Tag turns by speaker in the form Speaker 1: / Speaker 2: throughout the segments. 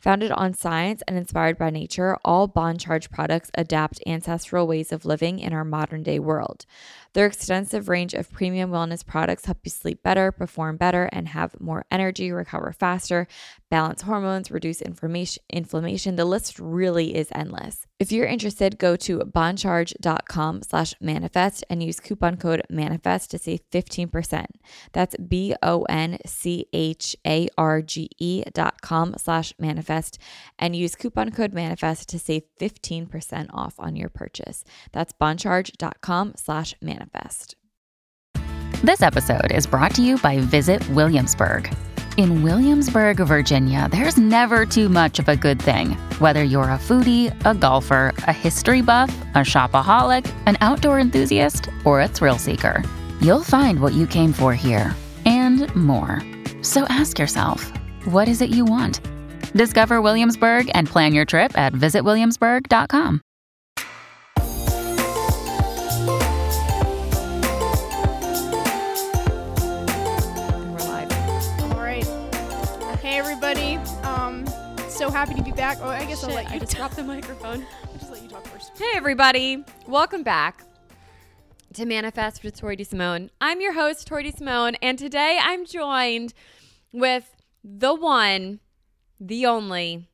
Speaker 1: Founded on science and inspired by nature, all Bond Charge products adapt ancestral ways of living in our modern day world. Their extensive range of premium wellness products help you sleep better, perform better, and have more energy, recover faster, balance hormones, reduce inflammation. inflammation. The list really is endless. If you're interested, go to bondcharge.com slash manifest and use coupon code manifest to save 15%. That's B-O-N-C-H-A-R-G-E E dot com slash manifest and use coupon code manifest to save 15% off on your purchase. That's bondcharge.com slash manifest.
Speaker 2: This episode is brought to you by Visit Williamsburg. In Williamsburg, Virginia, there's never too much of a good thing. Whether you're a foodie, a golfer, a history buff, a shopaholic, an outdoor enthusiast, or a thrill seeker, you'll find what you came for here and more. So ask yourself, what is it you want? Discover Williamsburg and plan your trip at visitwilliamsburg.com.
Speaker 1: We're live.
Speaker 3: All right. Hey, everybody. Um, so happy to be back. Oh, I guess I'll let you
Speaker 4: just
Speaker 3: talk.
Speaker 4: dropped the microphone.
Speaker 3: I'll just let you talk first.
Speaker 1: Hey, everybody. Welcome back to Manifest with Tori DeSimone. I'm your host, Tori DeSimone, and today I'm joined with the one, the only,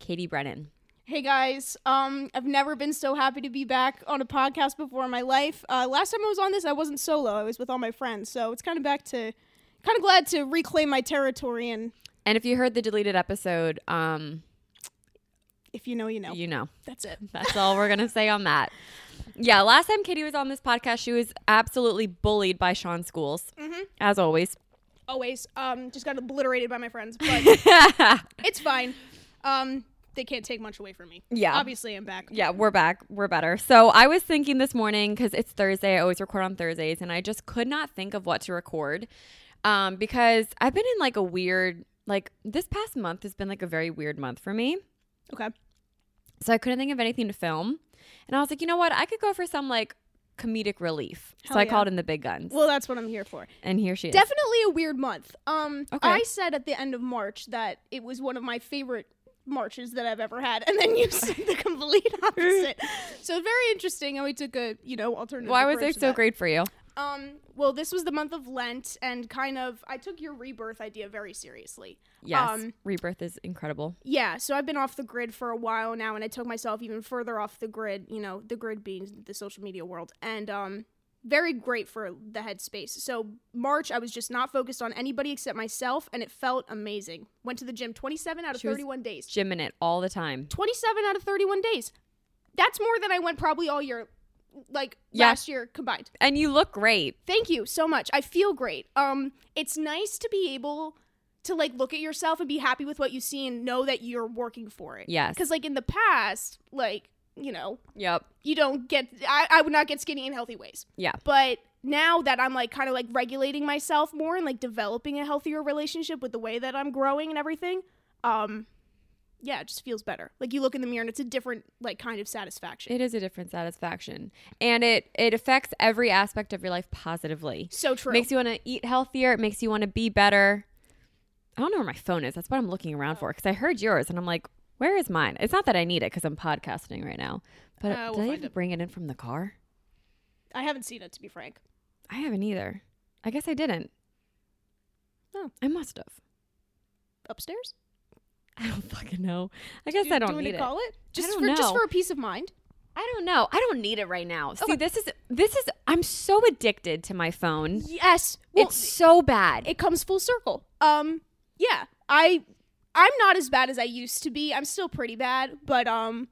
Speaker 1: Katie Brennan.
Speaker 3: Hey, guys. Um, I've never been so happy to be back on a podcast before in my life. Uh, last time I was on this, I wasn't solo. I was with all my friends. So it's kind of back to, kind of glad to reclaim my territory. And
Speaker 1: And if you heard the deleted episode, um,
Speaker 3: if you know, you know.
Speaker 1: you know.
Speaker 3: That's it.
Speaker 1: That's all we're going to say on that. Yeah, last time Katie was on this podcast, she was absolutely bullied by Sean Schools, as always.
Speaker 3: Always. Um, just got obliterated by my friends, but it's fine. Um, they can't take much away from me.
Speaker 1: Yeah.
Speaker 3: Obviously, I'm back.
Speaker 1: Yeah, we're back. We're better. So I was thinking this morning because it's Thursday. I always record on Thursdays, and I just could not think of what to record um, because I've been in like a weird, like this past month has been like a very weird month for me.
Speaker 3: Okay.
Speaker 1: So I couldn't think of anything to film, and I was like, you know what? I could go for some like comedic relief. so
Speaker 3: Hell
Speaker 1: I
Speaker 3: yeah.
Speaker 1: called in the big guns,
Speaker 3: Well, that's what I'm here for.
Speaker 1: and here she is.
Speaker 3: Definitely a weird month. Um,
Speaker 1: Okay.
Speaker 3: I said at the end of March that it was one of my favorite marches that I've ever had, and then you said the complete opposite. So very interesting how we took a you know alternative.
Speaker 1: Why was
Speaker 3: approach
Speaker 1: it
Speaker 3: to
Speaker 1: so
Speaker 3: that.
Speaker 1: great for you?
Speaker 3: Um, well, this was the month of Lent, and kind of I took your rebirth idea very seriously.
Speaker 1: Yes,
Speaker 3: Um,
Speaker 1: rebirth is incredible.
Speaker 3: yeah, so I've been off the grid for a while now, and I took myself even further off the grid, you know, the grid being the social media world, and um, very great for the headspace. So, March, I was just not focused on anybody except myself, and it felt amazing. Went to the gym 27 out of
Speaker 1: She was-
Speaker 3: 31 days.
Speaker 1: Gymming it all the time.
Speaker 3: 27 out of 31 days. That's more than I went probably all year, like
Speaker 1: Yeah.
Speaker 3: last year combined.
Speaker 1: And you look great.
Speaker 3: Thank you so much. I feel great. Um, it's nice to be able to like look at yourself and be happy with what you see and know that you're working for it.
Speaker 1: Yes.
Speaker 3: Because like in the past, like you know,
Speaker 1: Yep.
Speaker 3: you don't get. I, I would not get skinny in healthy ways.
Speaker 1: Yeah.
Speaker 3: But now that I'm like kind of like regulating myself more and like developing a healthier relationship with the way that I'm growing and everything, um, yeah, it just feels better. Like you look in the mirror and it's a different like kind of satisfaction.
Speaker 1: It is a different satisfaction, and it it affects every aspect of your life positively.
Speaker 3: so true.
Speaker 1: Makes you want to eat healthier. It makes you want to be better. I don't know where my phone is. That's what I'm looking around for because I heard yours and I'm like, where is mine? It's not that I need it because I'm podcasting right now, but
Speaker 3: Uh,
Speaker 1: did
Speaker 3: we'll
Speaker 1: I
Speaker 3: find
Speaker 1: even
Speaker 3: it.
Speaker 1: bring it in from the car?
Speaker 3: I haven't seen it to be frank.
Speaker 1: I haven't either. I guess I didn't.
Speaker 3: Oh.
Speaker 1: I must have.
Speaker 3: Upstairs?
Speaker 1: I don't fucking know. I guess
Speaker 3: Do-
Speaker 1: I
Speaker 3: do
Speaker 1: don't
Speaker 3: you want
Speaker 1: need
Speaker 3: to
Speaker 1: it.
Speaker 3: call it. Just
Speaker 1: don't
Speaker 3: for just
Speaker 1: know.
Speaker 3: for a peace of mind.
Speaker 1: I don't know. I don't need it right now. See,
Speaker 3: Okay.
Speaker 1: this is this is I'm so addicted to my phone.
Speaker 3: Yes. Well,
Speaker 1: it's so bad.
Speaker 3: it comes full circle. Um, yeah, I, I'm not as bad as I used to be. I'm still pretty bad, but um,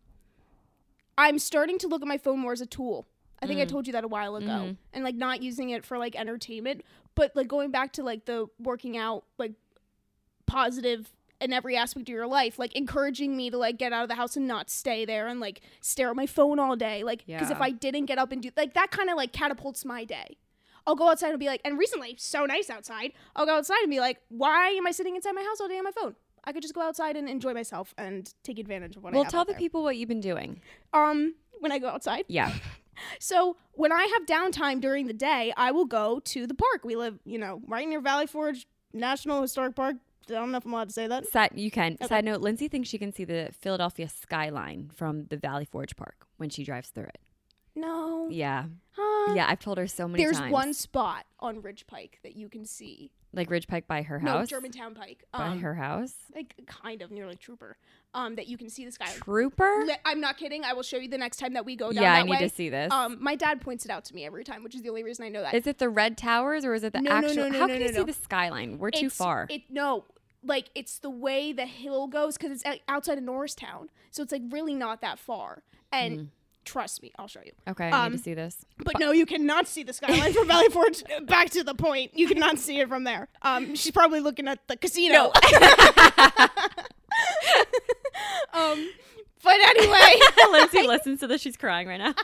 Speaker 3: I'm starting to look at my phone more as a tool. I think I told you that a while ago, and like not using it for like entertainment, but like going back to like the working out, like positive in every aspect of your life, like encouraging me to like get out of the house and not stay there and like stare at my phone all day, like because if
Speaker 1: Yeah.
Speaker 3: I didn't get up and do like that, kind of like catapults my day. I'll go outside and be like, and recently, so nice outside. I'll go outside and be like, why am I sitting inside my house all day on my phone? I could just go outside and enjoy myself and take advantage of what I
Speaker 1: well,
Speaker 3: have
Speaker 1: tell
Speaker 3: out
Speaker 1: the
Speaker 3: there.
Speaker 1: people what you've been doing.
Speaker 3: Um, when I go outside.
Speaker 1: Yeah.
Speaker 3: So when I have downtime during the day, I will go to the park. We live, you know, right near Valley Forge National Historic Park. I don't know if I'm allowed to say that.
Speaker 1: Side, you can. Side note: Lindsay thinks she can see the Philadelphia skyline from the Valley Forge Park when she drives through it.
Speaker 3: No.
Speaker 1: Yeah,
Speaker 3: Huh?
Speaker 1: yeah. I've told her so many
Speaker 3: There's
Speaker 1: times.
Speaker 3: one spot on Ridge Pike that you can see.
Speaker 1: like Ridge Pike by her house.
Speaker 3: No, Germantown Pike.
Speaker 1: by
Speaker 3: Um,
Speaker 1: her house.
Speaker 3: Like kind of nearly Trooper. Um, that you can see the sky.
Speaker 1: Trooper.
Speaker 3: Li- I'm not kidding. I will show you the next time that we go down
Speaker 1: Yeah, I
Speaker 3: that
Speaker 1: need to
Speaker 3: way.
Speaker 1: see this.
Speaker 3: Um, my dad points it out to me every time, which is the only reason I know that.
Speaker 1: Is it the red towers or is it the
Speaker 3: No, no,
Speaker 1: actual?
Speaker 3: no, no,
Speaker 1: How
Speaker 3: no,
Speaker 1: can
Speaker 3: no,
Speaker 1: you see
Speaker 3: no.
Speaker 1: the skyline? We're too
Speaker 3: It's-
Speaker 1: far.
Speaker 3: It no, like it's the way the hill goes because it's o- outside of Norristown, so it's like really not that far. And
Speaker 1: Mm-hmm.
Speaker 3: trust me, I'll show you.
Speaker 1: okay, I
Speaker 3: um,
Speaker 1: need to see this.
Speaker 3: But no, you cannot see the skyline from Valley Forge. Back to the point, you cannot see it from there. Um, she's probably looking at the casino. um, but anyway,
Speaker 1: Lindsay listens to this. She's crying right now.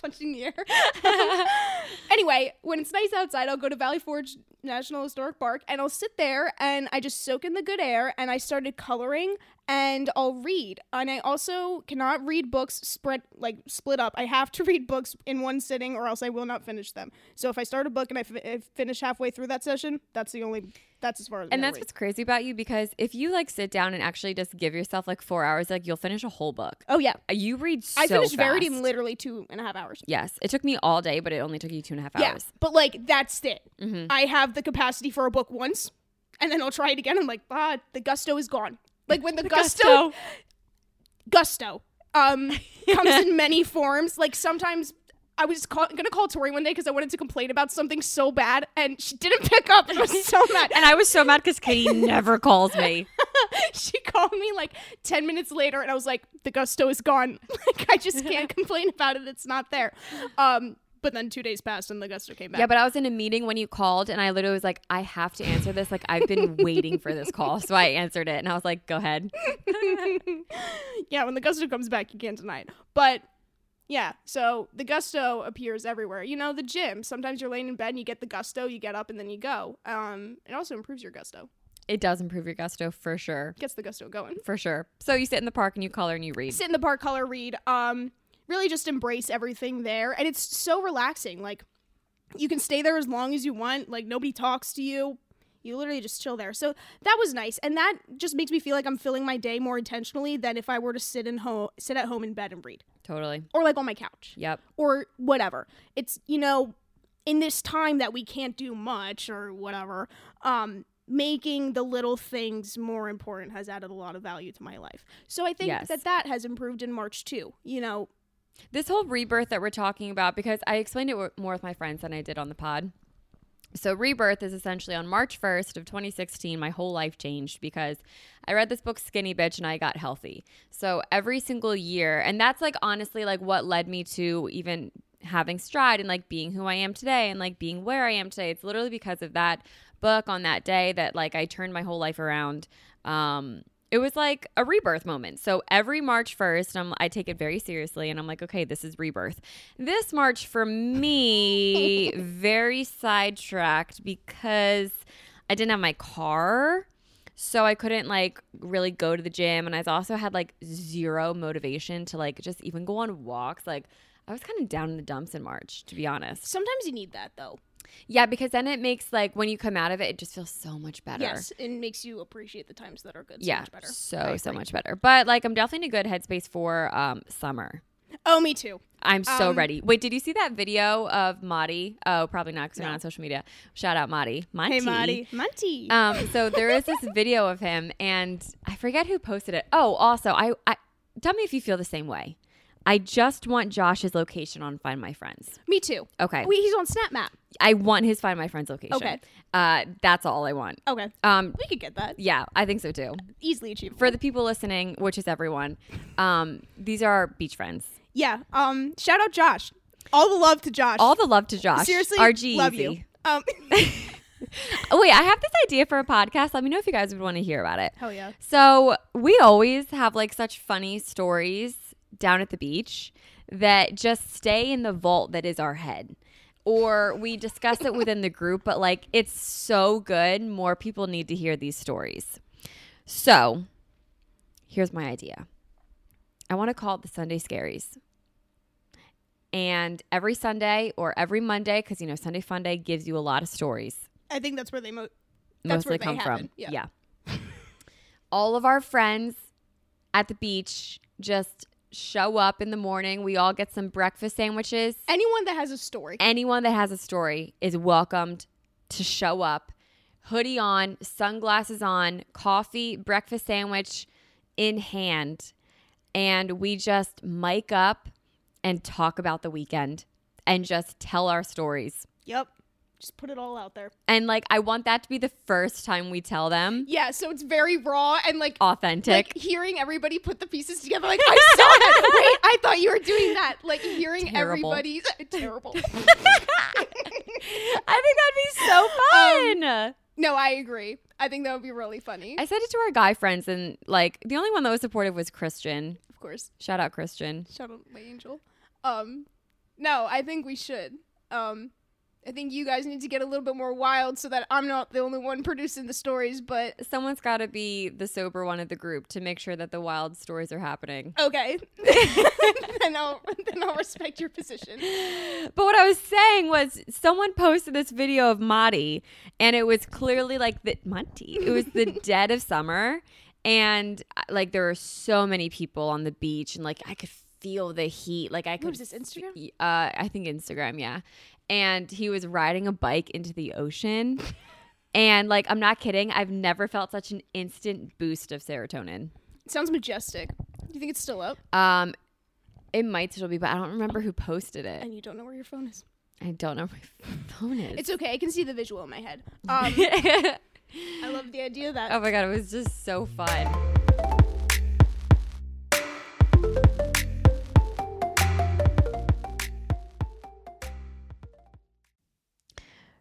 Speaker 3: punching the air. anyway, when it's nice outside, I'll go to Valley Forge National Historic Park and I'll sit there and I just soak in the good air and I started coloring and I'll read. And I also cannot read books spread like split up. I have to read books in one sitting or else I will not finish them. So if I start a book and I fi- I finish halfway through that session, that's the only that's as far as I'm
Speaker 1: and
Speaker 3: gonna
Speaker 1: that's
Speaker 3: read.
Speaker 1: what's crazy about you because if you like sit down and actually just give yourself like four hours, like you'll finish a whole book.
Speaker 3: Oh yeah.
Speaker 1: Uh, You read so
Speaker 3: I finished Verity
Speaker 1: fast.
Speaker 3: in literally two and a half hours.
Speaker 1: Yes, it took me all day, but it only took you two and a half
Speaker 3: Yeah,
Speaker 1: hours.
Speaker 3: but like that's it. I have the capacity for a book once, and then I'll try it again. I'm like, ah, the gusto is gone. Like when the, gusto, gusto, um, comes in many forms. Like sometimes I was call- gonna call Tori one day because I wanted to complain about something so bad, and she didn't pick up, and I was so mad.
Speaker 1: And I was so mad because Katie never calls me.
Speaker 3: she called me like 10 minutes later and i was like the gusto is gone like i just can't complain about it it's not there um but then two days passed and the gusto came back
Speaker 1: Yeah, but I was in a meeting when you called, and I literally was like, I have to answer this. Like, I've been waiting for this call. So I answered it, and I was like, go ahead.
Speaker 3: yeah, when the gusto comes back, you can't deny it. But yeah, so the gusto appears everywhere. You know, the gym. Sometimes you're laying in bed and you get the gusto, you get up and then you go. Um, it also improves your gusto,
Speaker 1: It does improve your gusto for sure.
Speaker 3: gets the gusto going.
Speaker 1: For sure. So you sit in the park and you color and you read.
Speaker 3: Sit in the park, color, read. Um, really just embrace everything there, and it's so relaxing. Like you can stay there as long as you want. Like nobody talks to you. You literally just chill there. So that was nice, and that just makes me feel like I'm filling my day more intentionally than if I were to sit in home, sit at home in bed and read,
Speaker 1: Totally.
Speaker 3: or like on my couch.
Speaker 1: Yep.
Speaker 3: or whatever. It's you know, in this time that we can't do much or whatever, um, making the little things more important has added a lot of value to my life. So I think
Speaker 1: Yes.
Speaker 3: that that has improved in March too. You know,
Speaker 1: This whole rebirth that we're talking about, because I explained it w- more with my friends than I did on the pod. So rebirth is essentially on March 1st of 2016 my whole life changed because I read this book Skinny Bitch and I got healthy. So every single year and that's like honestly like what led me to even having stride and like being who I am today and like being where I am today. It's literally because of that book on that day that like I turned my whole life around. Um it was like a rebirth moment. So every March 1st, I'm, I take it very seriously and I'm like, okay, this is rebirth. This March for me, very sidetracked because I didn't have my car. So I couldn't like really go to the gym and I also had like zero motivation to like just even go on walks. Like I was kind of down in the dumps in March, to be honest.
Speaker 3: sometimes you need that though.
Speaker 1: Yeah, because then it makes like when you come out of it, it just feels so much better.
Speaker 3: Yes, it makes you appreciate the times that are good. So
Speaker 1: yeah,
Speaker 3: much better.
Speaker 1: so so much better. But like, I'm definitely in a good headspace for um summer.
Speaker 3: Oh, me too.
Speaker 1: I'm so
Speaker 3: Um,
Speaker 1: ready. Wait, did you see that video of Madi? Oh, probably not because we're not on social media. Shout out Madi. Monty.
Speaker 3: Hey, Monty. Monty.
Speaker 1: Um, so there is this video of him, and I forget who posted it. Oh, also, I, I tell me if you feel the same way. I just want Josh's location on Find My Friends.
Speaker 3: me too.
Speaker 1: Okay,
Speaker 3: Wait, he's on Snap Map.
Speaker 1: I want his Find My Friends location.
Speaker 3: Okay.
Speaker 1: uh, that's all I want.
Speaker 3: Okay,
Speaker 1: Um,
Speaker 3: we could get that
Speaker 1: yeah, I think so too.
Speaker 3: easily achievable.
Speaker 1: For the people listening, which is everyone, um, these are our beach friends.
Speaker 3: yeah. Um, shout out Josh. All the love to Josh.
Speaker 1: All the love to Josh. E
Speaker 3: seriously,
Speaker 1: RG
Speaker 3: love you. Um,
Speaker 1: Oh, wait, I have this idea for a podcast. Let me know if you guys would want to hear about it.
Speaker 3: hell yeah.
Speaker 1: So we always have like such funny stories down at the beach that just stay in the vault that is our head. Or we discuss it within the group, but like it's so good. More people need to hear these stories. So here's my idea I want to call it the Sunday Scaries. And every Sunday or every Monday, because you know, Sunday Fun Day gives you a lot of stories
Speaker 3: I think that's where they mo- that's
Speaker 1: mostly
Speaker 3: where they
Speaker 1: come
Speaker 3: happen.
Speaker 1: from. Yeah. all of our friends at the beach just show up in the morning. We all get some breakfast sandwiches.
Speaker 3: Anyone that has a story.
Speaker 1: Anyone that has a story is welcomed to show up. Hoodie on, sunglasses on, coffee, breakfast sandwich in hand. And we just mic up and talk about the weekend and just tell our stories.
Speaker 3: Yep. Just put it all out there.
Speaker 1: And like, I want that to be the first time we tell them
Speaker 3: Yeah, so it's very raw and like
Speaker 1: authentic.
Speaker 3: like hearing everybody put the pieces together. Like I saw that. Wait, I thought you were doing that. Like hearing
Speaker 1: Terrible.
Speaker 3: everybody's terrible.
Speaker 1: I think that'd be so fun.
Speaker 3: No, I agree. I think that would be really funny.
Speaker 1: I said it to our guy friends, and like the only one that was supportive was Christian.
Speaker 3: of course,
Speaker 1: Shout out Christian.
Speaker 3: shout out my angel. Um, no, I think we should. Um, I think you guys need to get a little bit more wild so that I'm not the only one producing the stories. But
Speaker 1: Someone's got to be the sober one of the group to make sure that the wild stories are happening.
Speaker 3: okay, then I'll then I'll respect your position.
Speaker 1: But what I was saying was, someone posted this video of Monty, and it was clearly like the Monty. It was the dead of summer, and uh, like there were so many people on the beach, and like I could feel the heat. Like I could.
Speaker 3: was this, Instagram?
Speaker 1: fe- Uh, I think Instagram, yeah. And he was riding a bike into the ocean. And like I'm not kidding, I've never felt such an instant boost of serotonin.
Speaker 3: sounds majestic. Do you think it's still up?
Speaker 1: Um it might still be, but I don't remember who posted it.
Speaker 3: And you don't know where your phone is.
Speaker 1: I don't know where my phone is.
Speaker 3: It's okay. I can see the visual in my head. Um, I love the idea of that.
Speaker 1: oh my god, it was just so fun.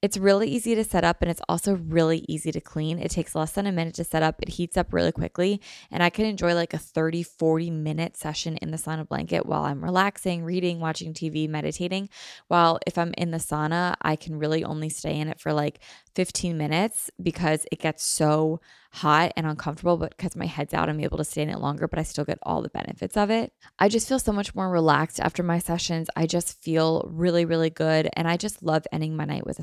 Speaker 1: It's really easy to set up and it's also really easy to clean. It takes less than a minute to set up. It heats up really quickly. And I can enjoy like a 30, 40 minute session in the sauna blanket while I'm relaxing, reading, watching TV, meditating. While if I'm in the sauna, I can really only stay in it for like 15 minutes because it gets so hot and uncomfortable. But because my head's out, I'm able to stay in it longer, but I still get all the benefits of it. I just feel so much more relaxed after my sessions. I just feel really, really good. And I just love ending my night with a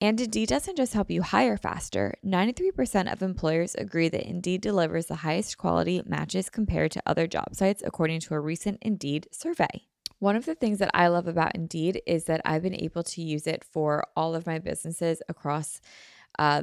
Speaker 1: And Indeed doesn't just help you hire faster. 93% of employers agree that Indeed delivers the highest quality matches compared to other job sites, according to a recent Indeed survey. One of the things that I love about Indeed is that I've been able to use it for all of my businesses across uh,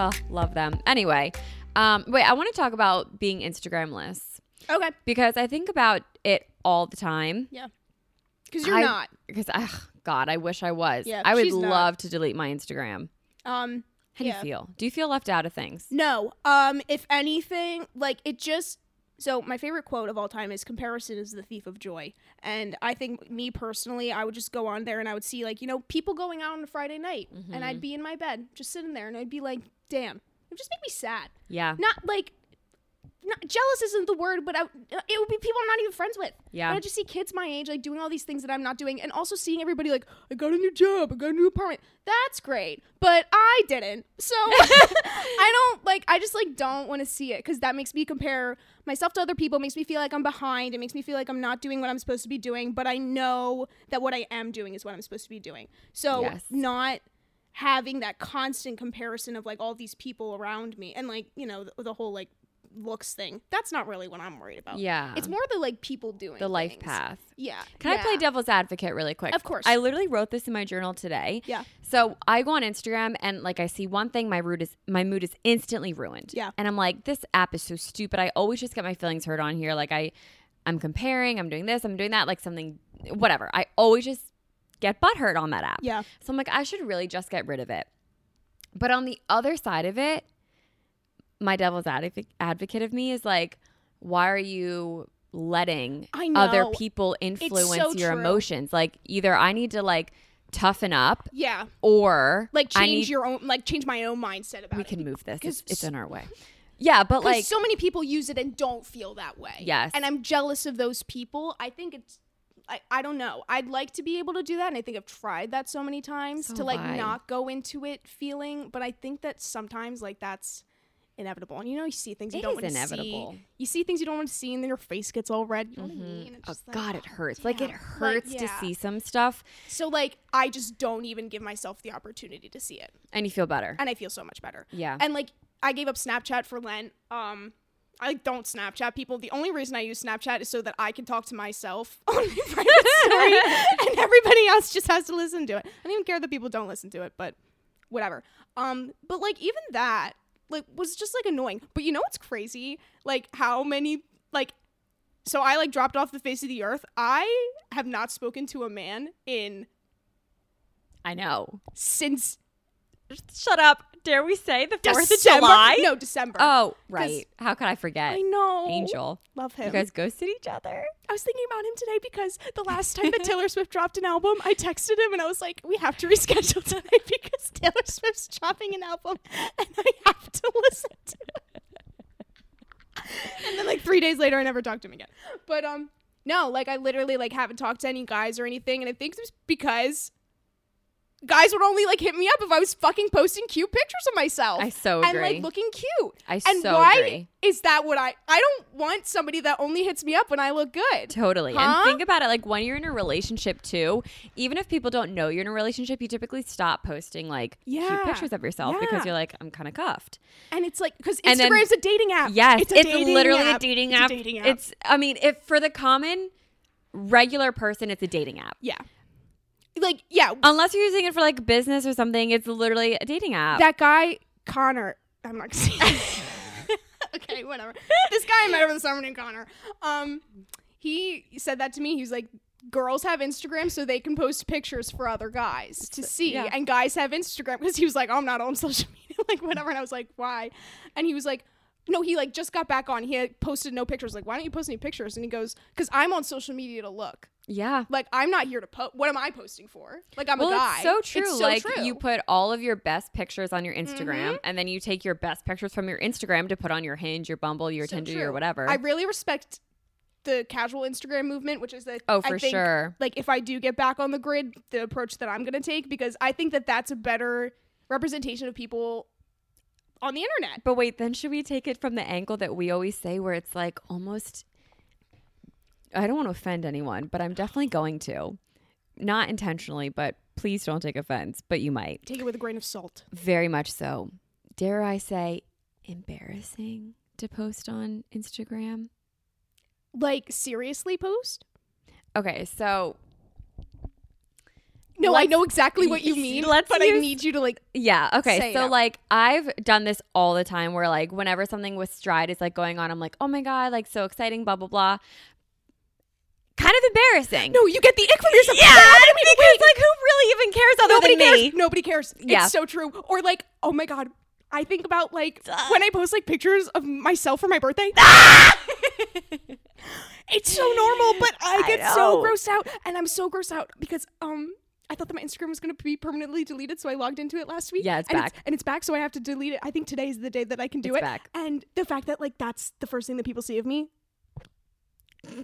Speaker 1: Oh, love them. Anyway, um, wait, I want to talk about being Instagramless
Speaker 3: Okay.
Speaker 1: because I think about it all the time.
Speaker 3: Yeah. Because you're
Speaker 1: I-
Speaker 3: not.
Speaker 1: Because, ugh, God, I wish I was.
Speaker 3: Yeah,
Speaker 1: I would
Speaker 3: she's not.
Speaker 1: love to delete my Instagram.
Speaker 3: Um.
Speaker 1: How
Speaker 3: yeah.
Speaker 1: do you feel? Do you feel left out of things?
Speaker 3: No. Um. If anything, like it just. So my favorite quote of all time is "Comparison is the thief of joy," and I think me personally, I would just go on there and I would see like you know people going out on a Friday night, and I'd be in my bed just sitting there, and I'd be like, "Damn, it would just make me sad."
Speaker 1: Yeah.
Speaker 3: Not like. Not, jealous isn't the word, but I, uh, it would be people I'm not even friends with.
Speaker 1: Yeah.
Speaker 3: And I just see kids my age like doing all these things that I'm not doing, and also seeing everybody like, I got a new job, I got a new apartment. That's great, but I didn't. So I don't like. I just like don't want to see it because that makes me compare myself to other people. It makes me feel like I'm behind. It makes me feel like I'm not doing what I'm supposed to be doing. But I know that what I am doing is what I'm supposed to be doing. So
Speaker 1: Yes.
Speaker 3: not having that constant comparison of like all these people around me and like you know the, the whole like looks thing. That's not really what I'm worried about.
Speaker 1: Yeah.
Speaker 3: It's more the like people doing
Speaker 1: the life
Speaker 3: things.
Speaker 1: path.
Speaker 3: Yeah.
Speaker 1: Can I play
Speaker 3: Yeah.
Speaker 1: devil's advocate really quick?
Speaker 3: Of course.
Speaker 1: I literally wrote this in my journal today.
Speaker 3: Yeah.
Speaker 1: So I go on Instagram and like I see one thing, my mood is my mood is instantly ruined.
Speaker 3: Yeah.
Speaker 1: And I'm like, this app is so stupid. I always just get my feelings hurt on here. Like I, I'm comparing. I'm doing this. I'm doing that. Like something, whatever. I always just get butthurt on that app.
Speaker 3: Yeah.
Speaker 1: So I'm like, I should really just get rid of it. But on the other side of it, my devil's advoc- advocate of me is like, why are you letting
Speaker 3: I
Speaker 1: other
Speaker 3: know.
Speaker 1: people influence
Speaker 3: so
Speaker 1: your
Speaker 3: true.
Speaker 1: emotions? Like, either I need to like toughen up,
Speaker 3: Yeah.
Speaker 1: or
Speaker 3: Like
Speaker 1: I
Speaker 3: change
Speaker 1: need-
Speaker 3: your own like change my own mindset about
Speaker 1: We
Speaker 3: it.
Speaker 1: can move this. It's,
Speaker 3: 'Cause
Speaker 1: it's
Speaker 3: s-
Speaker 1: in our way. Yeah, but
Speaker 3: Because
Speaker 1: like,
Speaker 3: so many people use it and don't feel that way.
Speaker 1: Yes.
Speaker 3: And I'm jealous of those people. I think it's I, I don't know. I'd like to be able to do that, and I think I've tried that so many times
Speaker 1: So
Speaker 3: to like
Speaker 1: have I.
Speaker 3: not go into it feeling. But I think that sometimes like that's inevitable, and you know you see things you
Speaker 1: It
Speaker 3: don't
Speaker 1: is
Speaker 3: want to
Speaker 1: inevitable.
Speaker 3: see. You see things you don't want to see, and then your face gets all red. You know what I
Speaker 1: Mhm.
Speaker 3: mean? It's
Speaker 1: Oh
Speaker 3: just like,
Speaker 1: God, it hurts. Like it
Speaker 3: damn. Like,
Speaker 1: hurts
Speaker 3: yeah.
Speaker 1: to see some stuff,
Speaker 3: So like I just don't even give myself the opportunity to see it,
Speaker 1: and you feel better.
Speaker 3: and I feel so much better.
Speaker 1: yeah.
Speaker 3: And like I gave up Snapchat for Lent. Um I don't Snapchat people. The only reason I use Snapchat is so that I can talk to myself on my private story and everybody else just has to listen to it. I don't even care that people don't listen to it, but whatever. Um but like even that like was just like annoying. But you know what's crazy? Like how many like so I like dropped off the face of the earth. I have not spoken to a man in
Speaker 1: I know.
Speaker 3: since
Speaker 1: Shut up. Dare we say the Fourth of
Speaker 3: December.
Speaker 1: July?
Speaker 3: No, December.
Speaker 1: Oh, right. How could I forget?
Speaker 3: I know.
Speaker 1: Angel.
Speaker 3: Love him.
Speaker 1: You guys ghosted each other.
Speaker 3: I was thinking about him today because the last time that Taylor Swift dropped an album, I texted him and I was like, "We have to reschedule tonight because Taylor Swift's dropping an album, and I have to listen to it." and then like three days later, I never talked to him again. But um, no, like I literally like haven't talked to any guys or anything, and I think it's because guys would only like hit me up if I was fucking posting cute pictures of myself.
Speaker 1: I so
Speaker 3: and
Speaker 1: agree.
Speaker 3: like looking cute.
Speaker 1: I
Speaker 3: and
Speaker 1: so
Speaker 3: why
Speaker 1: agree.
Speaker 3: is that what I I don't want somebody that only hits me up when I look good.
Speaker 1: Totally.
Speaker 3: Huh?
Speaker 1: And think about it like when you're in a relationship too, even if people don't know you're in a relationship, you typically stop posting like
Speaker 3: Yeah.
Speaker 1: cute pictures of yourself because
Speaker 3: Yeah.
Speaker 1: you're like, I'm kind of cuffed.
Speaker 3: And it's like because
Speaker 1: And then-
Speaker 3: Instagram's a dating app.
Speaker 1: Yes, it's,
Speaker 3: Uh, a dating
Speaker 1: literally
Speaker 3: app.
Speaker 1: a dating
Speaker 3: It's
Speaker 1: app. It's, I mean, if for the common regular person, it's a dating app.
Speaker 3: yeah, like yeah.
Speaker 1: Unless you're using it for like business or something, it's literally a dating app.
Speaker 3: that guy Connor, I'm not gonna say. okay, whatever. This guy I met over the summer named Connor. Um, he said that to me. He was like, "Girls have Instagram so they can post pictures for other guys to see,
Speaker 1: yeah.
Speaker 3: and guys have Instagram because he was like, "Oh, I'm not on social media, like whatever." And I was like, "Why?" And he was like. No, he like just got back on. He had posted no pictures. Like, why don't you post any pictures? And he goes, "Cause I'm on social media to look.
Speaker 1: yeah.
Speaker 3: Like I'm not here to post. What am I posting for? Like I'm
Speaker 1: well,
Speaker 3: a guy.
Speaker 1: it's so true.
Speaker 3: so
Speaker 1: like
Speaker 3: true. Mm-hmm.
Speaker 1: you put all of your best pictures on your Instagram, and then you take your best pictures from your Instagram to put on your Hinge, your Bumble, your
Speaker 3: So
Speaker 1: Tinder,
Speaker 3: true.
Speaker 1: your whatever.
Speaker 3: I really respect the casual Instagram movement, which is that
Speaker 1: oh,
Speaker 3: I
Speaker 1: for
Speaker 3: think,
Speaker 1: sure.
Speaker 3: Like if I do get back on the grid, the approach that I'm going to take because I think that that's a better representation of people on the internet.
Speaker 1: But wait, then should we take it from the angle that we always say, where it's like almost? I don't want to offend anyone, but I'm definitely going to, not intentionally, but please don't take offense. But you might.
Speaker 3: Take it with a grain of salt.
Speaker 1: Very much so. Dare I say, embarrassing to post on Instagram?
Speaker 3: Like seriously, post.
Speaker 1: Okay, so
Speaker 3: No, I
Speaker 1: Let's-
Speaker 3: know exactly what you mean,
Speaker 1: Let's
Speaker 3: but I
Speaker 1: use-
Speaker 3: need you to like.
Speaker 1: Yeah. Okay.
Speaker 3: Say it
Speaker 1: so
Speaker 3: out.
Speaker 1: like I've done this all the time where like whenever something with stride is like going on, I'm like, oh my God, like so exciting, blah, blah, blah. Kind of embarrassing.
Speaker 3: No, you get the ick from
Speaker 1: yeah,
Speaker 3: yourself.
Speaker 1: because like who really even cares other
Speaker 3: Nobody
Speaker 1: than
Speaker 3: cares.
Speaker 1: me?
Speaker 3: Nobody cares.
Speaker 1: Yeah.
Speaker 3: It's so true. Or like, oh my god, I think about like when I post like pictures of myself for my birthday. it's so normal, but I
Speaker 1: I
Speaker 3: get so
Speaker 1: know.
Speaker 3: grossed out, and I'm so grossed out because um. I thought that my Instagram was going to be permanently deleted, so I logged into it last week.
Speaker 1: Yeah, it's
Speaker 3: and
Speaker 1: back.
Speaker 3: and it's back, so I have to delete it. I think today is the day that I can do
Speaker 1: It's
Speaker 3: it.
Speaker 1: back.
Speaker 3: And the fact that like that's the first thing that people see of me. Huh?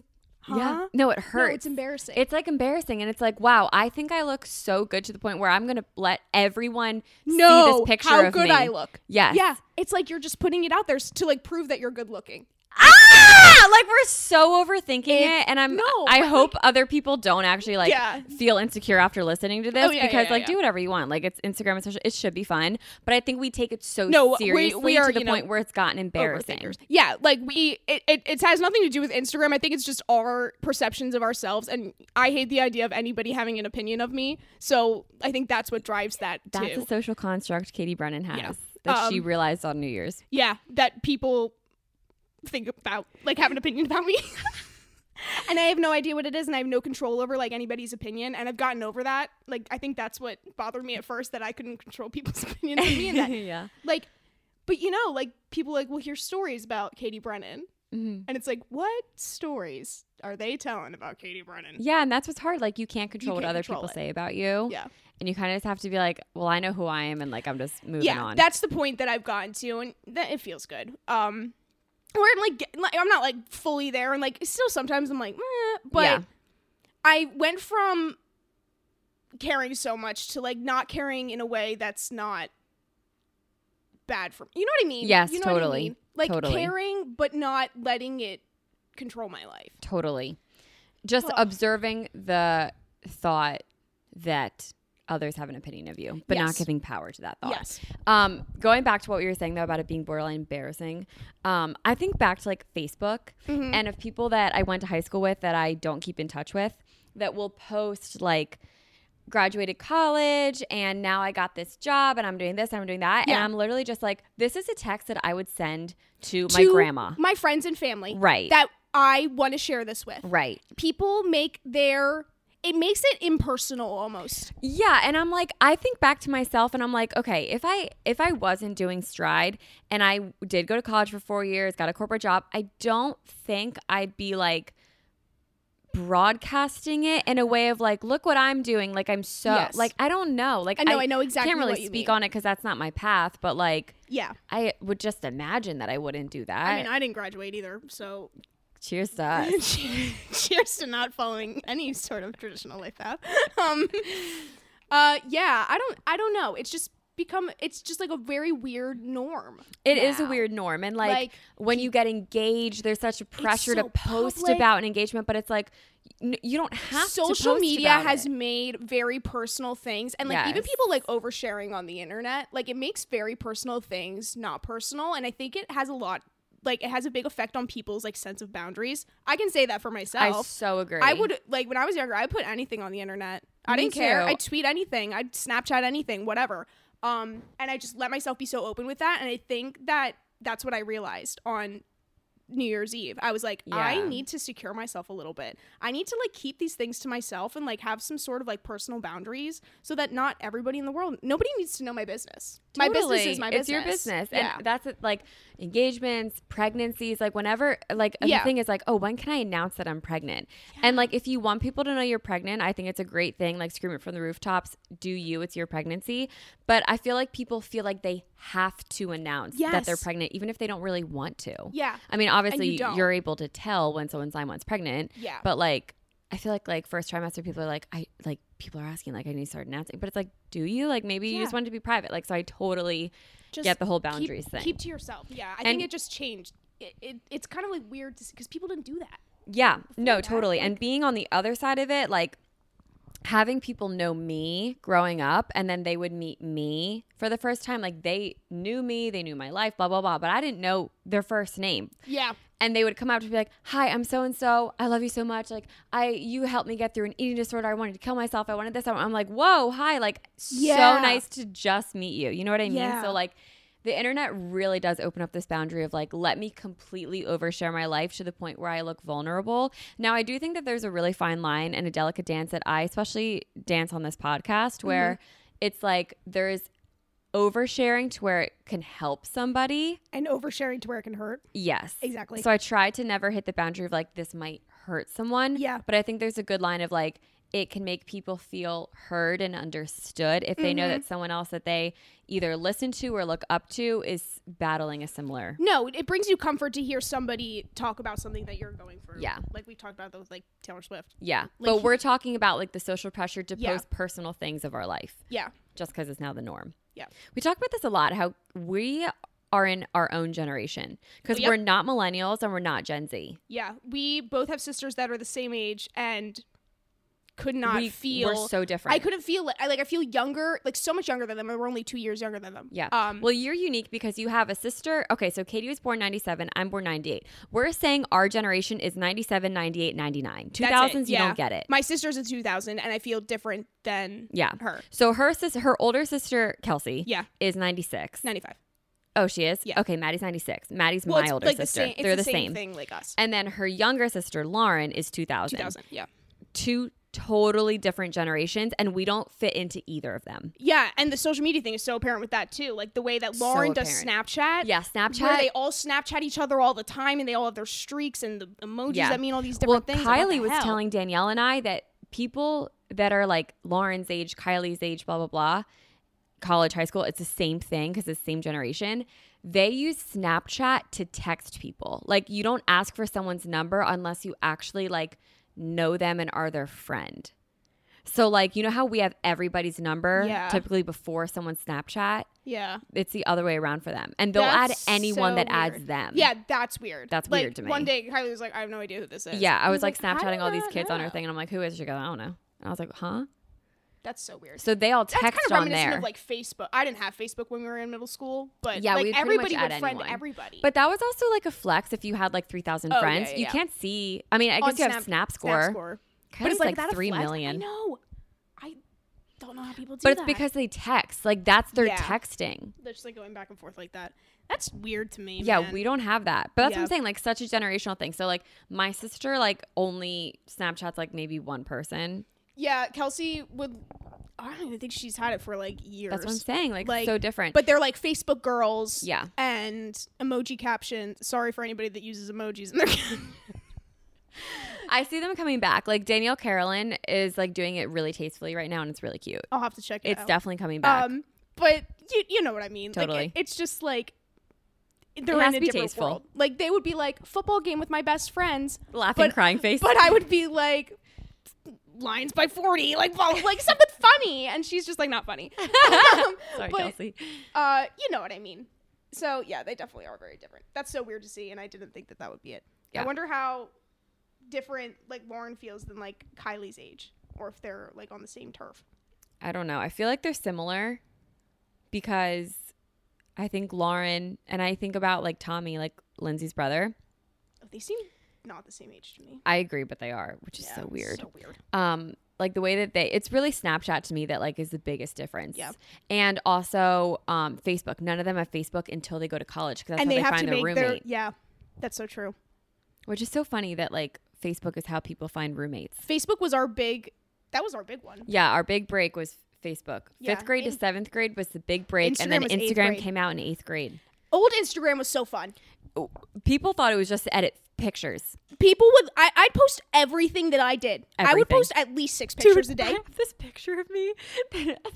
Speaker 1: Yeah. No, it
Speaker 3: No,
Speaker 1: hurts.
Speaker 3: it's embarrassing.
Speaker 1: It's like embarrassing, and it's like, wow, I think I look so good to the point where I'm gonna let everyone see
Speaker 3: no,
Speaker 1: this picture
Speaker 3: how
Speaker 1: of
Speaker 3: good
Speaker 1: me.
Speaker 3: I look.
Speaker 1: Yes.
Speaker 3: Yeah, it's like you're just putting it out there s- to like prove that you're good looking.
Speaker 1: ah, like we're so overthinking it,
Speaker 3: It's-
Speaker 1: and I'm.
Speaker 3: no,
Speaker 1: I
Speaker 3: but,
Speaker 1: hope other people don't actually like
Speaker 3: Yeah.
Speaker 1: feel insecure after listening to this
Speaker 3: Oh, yeah,
Speaker 1: because
Speaker 3: yeah,
Speaker 1: like
Speaker 3: yeah.
Speaker 1: do whatever you want. Like it's Instagram and social. It should be fun, but I think we take it so
Speaker 3: No, we- we
Speaker 1: seriously
Speaker 3: are,
Speaker 1: to the
Speaker 3: you know,
Speaker 1: point where it's gotten embarrassing.
Speaker 3: Overthinkers. Yeah, like we, it, it, it has nothing to do with Instagram. I think it's just our perceptions of ourselves, and I hate the idea of anybody having an opinion of me. So I think that's what drives that
Speaker 1: That's
Speaker 3: too.
Speaker 1: a social construct Katie Brennan has
Speaker 3: Yeah.
Speaker 1: that she
Speaker 3: Um,
Speaker 1: realized on New Year's.
Speaker 3: yeah, that people think about like have an opinion about me. And I have no idea what it is, and I have no control over like anybody's opinion. And I've gotten over that. Like I think that's what bothered me at first that I couldn't control people's opinions of me, and that
Speaker 1: yeah.
Speaker 3: like but you know like people like will hear stories about katie brennan
Speaker 1: hmm
Speaker 3: and it's like what stories are they telling about katie brennan
Speaker 1: Yeah, and that's what's hard. Like you can't control
Speaker 3: can't
Speaker 1: what other
Speaker 3: control
Speaker 1: people
Speaker 3: it.
Speaker 1: say about you.
Speaker 3: Yeah.
Speaker 1: And you kind of just have to be like, well, I know who I am, and like I'm just moving
Speaker 3: yeah
Speaker 1: on.
Speaker 3: that's the point that i've gotten to and that it feels good um where i'm like, get- like i'm not like fully there and like still sometimes i'm like meh, but
Speaker 1: Yeah.
Speaker 3: I went from caring so much to like not caring in a way that's not bad for me. You know what I mean?
Speaker 1: Yes,
Speaker 3: you know
Speaker 1: totally.
Speaker 3: Like
Speaker 1: Totally.
Speaker 3: caring, but not letting it control my life.
Speaker 1: Totally. Just
Speaker 3: Ugh.
Speaker 1: observing the thought that others have an opinion of you, but not
Speaker 3: Yes.
Speaker 1: giving power to that thought.
Speaker 3: Yes.
Speaker 1: Um, going back to what we were saying though about it being borderline embarrassing, um, I think back to like Facebook
Speaker 3: Mm-hmm.
Speaker 1: and of people that I went to high school with that I don't keep in touch with that will post like graduated college and now I got this job and I'm doing this and I'm doing that. And
Speaker 3: Yeah.
Speaker 1: I'm literally just like, this is a text that I would send to, my
Speaker 3: To
Speaker 1: grandma.
Speaker 3: my friends and family,
Speaker 1: Right.
Speaker 3: That I want to share this with.
Speaker 1: right.
Speaker 3: People make their it makes it impersonal almost.
Speaker 1: Yeah, and I'm like I think back to myself and I'm like, okay, if I if I wasn't doing stride and I did go to college for 4 years, got a corporate job, I don't think I'd be like broadcasting it in a way of like, look what I'm doing, like I'm so
Speaker 3: Yes.
Speaker 1: like I don't know, like
Speaker 3: I know, I know exactly
Speaker 1: can't really
Speaker 3: what you
Speaker 1: speak
Speaker 3: mean.
Speaker 1: on it cuz that's not my path, but like
Speaker 3: Yeah.
Speaker 1: I would just imagine that I wouldn't do that.
Speaker 3: I mean, I didn't graduate either, so
Speaker 1: Cheers to us.
Speaker 3: cheers to not following any sort of traditional life path. Um, uh, yeah, I don't, I don't know. It's just become, it's just like a very weird norm.
Speaker 1: It is a
Speaker 2: now.
Speaker 1: weird norm. And like,
Speaker 3: Like,
Speaker 1: when you get engaged, there's such a pressure to
Speaker 3: so
Speaker 1: post
Speaker 3: public.
Speaker 1: about an engagement, but it's like n- you don't have to
Speaker 3: Social
Speaker 1: post
Speaker 3: media
Speaker 1: about
Speaker 3: has
Speaker 1: it.
Speaker 3: made very personal things, and like even
Speaker 1: Yes.
Speaker 3: people like oversharing on the internet, like it makes very personal things not personal, and I think it has a lot. Like it has a big effect on people's like sense of boundaries. I can say that for
Speaker 1: I
Speaker 3: myself.
Speaker 1: so agree.
Speaker 3: I would like when I was younger, I put anything on the internet. I
Speaker 1: Me
Speaker 3: didn't care.
Speaker 1: too.
Speaker 3: I tweet anything. I would Snapchat anything, whatever. Um, and I just let myself be so open with that. And I think that that's what I realized on New Year's Eve. I was like, I
Speaker 1: Yeah.
Speaker 3: need to secure myself a little bit. I need to like keep these things to myself and like have some sort of like personal boundaries so that not everybody in the world, nobody needs to know my business. My business
Speaker 1: Totally.
Speaker 3: is my
Speaker 1: It's
Speaker 3: business.
Speaker 1: your business,
Speaker 3: Yeah.
Speaker 1: and that's it, like engagements, pregnancies, like whenever, like the
Speaker 3: Yeah.
Speaker 1: thing is like, oh, when can I announce that I'm pregnant? And like, if you want people to know you're pregnant, I think it's a great thing. Like, scream it from the rooftops, do you? It's your pregnancy. But I feel like people feel like they have to announce that they're
Speaker 3: Yes.
Speaker 1: pregnant, even if they don't really want to.
Speaker 3: yeah.
Speaker 1: I mean, obviously,
Speaker 3: you don't.
Speaker 1: you are able to tell when someone's nine months pregnant.
Speaker 3: Yeah.
Speaker 1: But like, I feel like like first trimester, people are like, I like people are asking like, I need to start announcing, but it's like, do you like maybe you
Speaker 3: Yeah.
Speaker 1: just want it to be private? Like, so I totally
Speaker 3: Just
Speaker 1: get the whole
Speaker 3: keep-
Speaker 1: boundaries thing.
Speaker 3: Keep to yourself. Yeah. I
Speaker 1: And-
Speaker 3: think it just changed. It, it, it's kind of like weird to because people didn't do that.
Speaker 1: yeah. No,
Speaker 3: that,
Speaker 1: totally. And being on the other side of it, like having people know me growing up, and then they would meet me for the first time. Like they knew me, they knew my life, blah blah blah. But I didn't know their first name.
Speaker 3: Yeah.
Speaker 1: and they would come out to be like, "Hi, I'm so and so. I love you so much. Like, I you helped me get through an eating disorder. I wanted to kill myself. I wanted this. I want-" I'm like, whoa, hi. Like,
Speaker 3: Yeah.
Speaker 1: so nice to just meet you. You know what I mean?
Speaker 3: Yeah.
Speaker 1: So like, the internet really does open up this boundary of like, let me completely overshare my life to the point where I look vulnerable. Now, I do think that there's a really fine line and a delicate dance that I especially dance on this podcast where
Speaker 3: Mm-hmm.
Speaker 1: it's like there is oversharing to where it can help somebody.
Speaker 3: and oversharing to where it can hurt.
Speaker 1: Yes.
Speaker 3: Exactly.
Speaker 1: So I try to never hit the boundary of like this might hurt someone.
Speaker 3: Yeah.
Speaker 1: But I think there's a good line of like it can make people feel heard and understood if they
Speaker 3: Mm-hmm.
Speaker 1: know that someone else that they either listen to or look up to is battling a similar.
Speaker 3: No, it brings you comfort to hear somebody talk about something that you're going through.
Speaker 1: Yeah.
Speaker 3: like we talked about that with like Taylor Swift.
Speaker 1: Yeah.
Speaker 3: Like-
Speaker 1: but we're talking about like the social pressure to
Speaker 3: Yeah.
Speaker 1: post personal things of our life
Speaker 3: Yeah,
Speaker 1: just because it's now the norm.
Speaker 3: yeah,
Speaker 1: We talk about this a lot how we are in our own generation because
Speaker 3: Yep.
Speaker 1: we're not millennials and we're not Gen Z.
Speaker 3: yeah. We both have sisters that are the same age and could not
Speaker 1: we,
Speaker 3: feel.
Speaker 1: we're so different.
Speaker 3: I couldn't feel it. I like I feel younger, like so much younger than them. and We're only two years younger than them.
Speaker 1: Yeah.
Speaker 3: Um.
Speaker 1: well, you're unique because you have a sister. Okay, so Katie was born 97, I'm born 98. We're saying our generation is 97, 98, 99. 2000s,
Speaker 3: that's it,
Speaker 1: you
Speaker 3: yeah.
Speaker 1: don't get it.
Speaker 3: My sister's in 2000, and I feel different than
Speaker 1: yeah.
Speaker 3: her.
Speaker 1: So her sister, her older sister, Kelsey,
Speaker 3: Yeah.
Speaker 1: is 96.
Speaker 3: 95.
Speaker 1: Oh, she is?
Speaker 3: Yeah.
Speaker 1: Okay, Maddie's 96. Maddie's
Speaker 3: Well,
Speaker 1: my
Speaker 3: it's
Speaker 1: older
Speaker 3: like
Speaker 1: sister.
Speaker 3: the same. It's
Speaker 1: They're
Speaker 3: the, same,
Speaker 1: same.
Speaker 3: thing, like us.
Speaker 1: And then her younger sister, Lauren, is 2000.
Speaker 3: 2000. Yeah.
Speaker 1: Two totally different generations, and we don't fit into either of them.
Speaker 3: Yeah, and the social media thing is so apparent with that too. Like the way that
Speaker 1: So
Speaker 3: Lauren does Snapchat.
Speaker 1: Yeah,
Speaker 3: Where
Speaker 1: Snapchat.
Speaker 3: they all Snapchat each other all the time, and they all have their streaks and the emojis
Speaker 1: Yeah.
Speaker 3: that mean all these different
Speaker 1: well,
Speaker 3: things. Like, what
Speaker 1: Kylie
Speaker 3: the
Speaker 1: was
Speaker 3: hell?
Speaker 1: telling Danielle and I that people that are like Lauren's age, Kylie's age, blah blah blah, college, high school, it's the same thing because it's the same generation. They use Snapchat to text people. Like you don't ask for someone's number unless you actually like know them and are their friend. So like you know how we have everybody's number
Speaker 3: Yeah.
Speaker 1: typically before someone's Snapchat?
Speaker 3: Yeah.
Speaker 1: It's the other way around for them. And they'll
Speaker 3: That's
Speaker 1: add anyone
Speaker 3: so
Speaker 1: that adds
Speaker 3: weird.
Speaker 1: them.
Speaker 3: Yeah, that's weird.
Speaker 1: That's
Speaker 3: Like,
Speaker 1: weird to me.
Speaker 3: One day, Kylie was like, I have no idea who this is.
Speaker 1: Yeah, I was like,
Speaker 3: "How
Speaker 1: Snapchatting
Speaker 3: do
Speaker 1: all these
Speaker 3: I
Speaker 1: kids on her
Speaker 3: know?"
Speaker 1: thing and I'm like, who is she? She goes, I don't know. And I was like, huh?
Speaker 3: That's so weird.
Speaker 1: So they all
Speaker 3: that's
Speaker 1: text
Speaker 3: kind of
Speaker 1: on
Speaker 3: reminiscent
Speaker 1: there.
Speaker 3: of like Facebook. I didn't have Facebook when we were in middle school, but
Speaker 1: Yeah,
Speaker 3: like
Speaker 1: we pretty much
Speaker 3: everybody
Speaker 1: add
Speaker 3: would friend
Speaker 1: anyone.
Speaker 3: everybody.
Speaker 1: but that was also like a flex if you had like 3,000
Speaker 3: Oh, yeah,
Speaker 1: friends.
Speaker 3: yeah,
Speaker 1: You
Speaker 3: yeah.
Speaker 1: can't see. I mean, I guess
Speaker 3: On
Speaker 1: you have Snap Score.
Speaker 3: But it's like,
Speaker 1: like,
Speaker 3: that a
Speaker 1: three
Speaker 3: flex?
Speaker 1: million.
Speaker 3: I know. I don't know how people do
Speaker 1: But it's
Speaker 3: that.
Speaker 1: because they text. Like that's their
Speaker 3: Yeah.
Speaker 1: texting.
Speaker 3: they're just like going back and forth like that. That's weird to me.
Speaker 1: Yeah,
Speaker 3: man.
Speaker 1: we don't have that. But that's what I'm
Speaker 3: Yeah.
Speaker 1: saying. Like such a generational thing. So like my sister like only Snapchats like maybe one person.
Speaker 3: Yeah, Kelsey would. I don't even think she's had it for like years.
Speaker 1: That's what I'm saying. Like,
Speaker 3: Like,
Speaker 1: so different.
Speaker 3: But they're like Facebook girls.
Speaker 1: Yeah.
Speaker 3: And emoji captions. Sorry for anybody that uses emojis in their.
Speaker 1: I see them coming back. Like Danielle Carolyn is like doing it really tastefully right now, and it's really cute.
Speaker 3: I'll have to check it
Speaker 1: It's
Speaker 3: out.
Speaker 1: definitely coming back.
Speaker 3: Um, but you you know what I mean.
Speaker 1: Totally.
Speaker 3: Like, it- it's just like they're
Speaker 1: has
Speaker 3: in
Speaker 1: to
Speaker 3: a
Speaker 1: be
Speaker 3: different
Speaker 1: tasteful.
Speaker 3: world. Like they would be like football game with my best friends,
Speaker 1: Laughing, crying face.
Speaker 3: but I would be like lines by forty, like blah, like something funny, and she's just like not funny. Um,
Speaker 1: Sorry,
Speaker 3: but,
Speaker 1: Kelsey.
Speaker 3: Uh, you know what I mean. So yeah, they definitely are very different. That's so weird to see, and I didn't think that that would be it.
Speaker 1: Yeah.
Speaker 3: I wonder how different like Lauren feels than like Kylie's age, or if they're like on the same turf.
Speaker 1: I don't know. I feel like they're similar because I think Lauren and I think about like Tommy, like Lindsay's brother.
Speaker 3: They seem not the same age to me.
Speaker 1: I agree, but they are, which is
Speaker 3: Yeah,
Speaker 1: so weird.
Speaker 3: So weird.
Speaker 1: um like the way that they it's really snapchat to me that like is the biggest difference
Speaker 3: Yeah.
Speaker 1: and also um facebook none of them have facebook until they go to college because that's
Speaker 3: and
Speaker 1: how
Speaker 3: they,
Speaker 1: they,
Speaker 3: have
Speaker 1: find
Speaker 3: to
Speaker 1: their
Speaker 3: make
Speaker 1: roommate
Speaker 3: their yeah. That's so true.
Speaker 1: which is so funny that like facebook is how people find roommates
Speaker 3: Facebook was our big. That was our big one.
Speaker 1: yeah our big break was facebook
Speaker 3: Yeah,
Speaker 1: fifth grade to
Speaker 3: in-
Speaker 1: seventh grade was the big break and
Speaker 3: Instagram
Speaker 1: then
Speaker 3: was eighth
Speaker 1: instagram
Speaker 3: grade.
Speaker 1: came out in eighth grade
Speaker 3: Old Instagram was so fun.
Speaker 1: people thought it was just to edit pictures
Speaker 3: People would. I, I'd post everything that I did. I would
Speaker 1: Everything.
Speaker 3: post at least six pictures a
Speaker 1: I
Speaker 3: day.
Speaker 1: have this picture of me.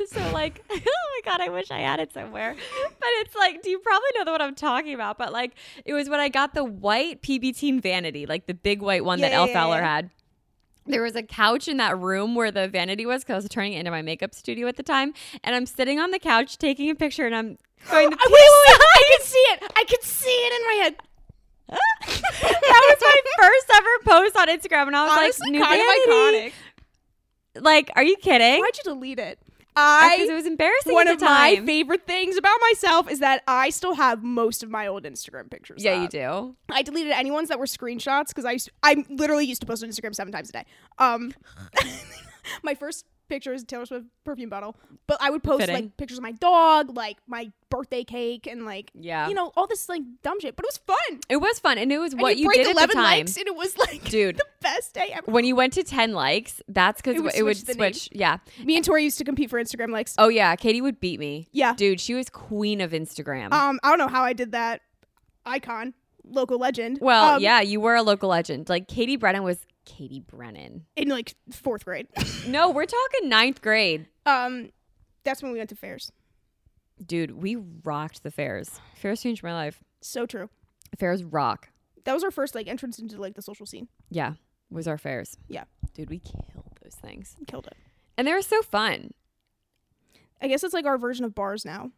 Speaker 1: so like, oh my god, I wish I had it somewhere. But it's like, do you probably know the one I'm talking about? But like, it was when I got the white PB Teen Vanity, like the big white one that
Speaker 3: Yeah,
Speaker 1: Elle
Speaker 3: yeah,
Speaker 1: Fowler
Speaker 3: yeah.
Speaker 1: had. There was a couch in that room where the vanity was because I was turning it into my makeup studio at the time, and I'm sitting on the couch taking a picture, and I'm going to
Speaker 3: I, wait, wait, wait, I could see it. I could see it in my head.
Speaker 1: that was my first ever post on Instagram, and I was
Speaker 3: Honestly,
Speaker 1: like, new
Speaker 3: kind
Speaker 1: vanity.
Speaker 3: of iconic.
Speaker 1: Like, are you kidding?
Speaker 3: Why'd you delete it?
Speaker 1: Because it
Speaker 3: I.
Speaker 1: was embarrassing.
Speaker 3: One
Speaker 1: at
Speaker 3: of
Speaker 1: the time.
Speaker 3: my favorite things about myself is that I still have most of my old Instagram pictures.
Speaker 1: Yeah, you
Speaker 3: up.
Speaker 1: do.
Speaker 3: I deleted any ones that were screenshots because I used I literally used to post on Instagram seven times a day. Um, my first picture is a Taylor Swift perfume bottle, but I would post
Speaker 1: Fitting.
Speaker 3: like pictures of my dog, like my birthday cake, and like
Speaker 1: Yeah.
Speaker 3: you know all this like dumb shit. But it was fun.
Speaker 1: It was fun, and it was what
Speaker 3: and
Speaker 1: you,
Speaker 3: break
Speaker 1: did at the time.
Speaker 3: likes, and it was like
Speaker 1: Dude.
Speaker 3: the best day ever.
Speaker 1: When you went to ten likes, that's because it
Speaker 3: It
Speaker 1: would
Speaker 3: would
Speaker 1: switch.
Speaker 3: switch the name.
Speaker 1: Yeah.
Speaker 3: Me and Tori used to compete for Instagram likes.
Speaker 1: Oh yeah, Katie would beat me.
Speaker 3: Yeah.
Speaker 1: Dude, she was queen of Instagram.
Speaker 3: Um, I don't know how I did that. Icon, local legend.
Speaker 1: well,
Speaker 3: Um,
Speaker 1: yeah, you were a local legend. Like Katie Brennan was Katie Brennan.
Speaker 3: in like fourth grade.
Speaker 1: No, we're talking ninth grade.
Speaker 3: um, that's when we went to fairs.
Speaker 1: Dude, we rocked the fairs. Fairs changed my life.
Speaker 3: So true.
Speaker 1: Fairs rock.
Speaker 3: that was our first like entrance into like the social scene.
Speaker 1: Yeah, was our fairs.
Speaker 3: Yeah.
Speaker 1: Dude, we killed those things,
Speaker 3: We Killed it.
Speaker 1: and they were so fun.
Speaker 3: I guess it's like our version of bars now.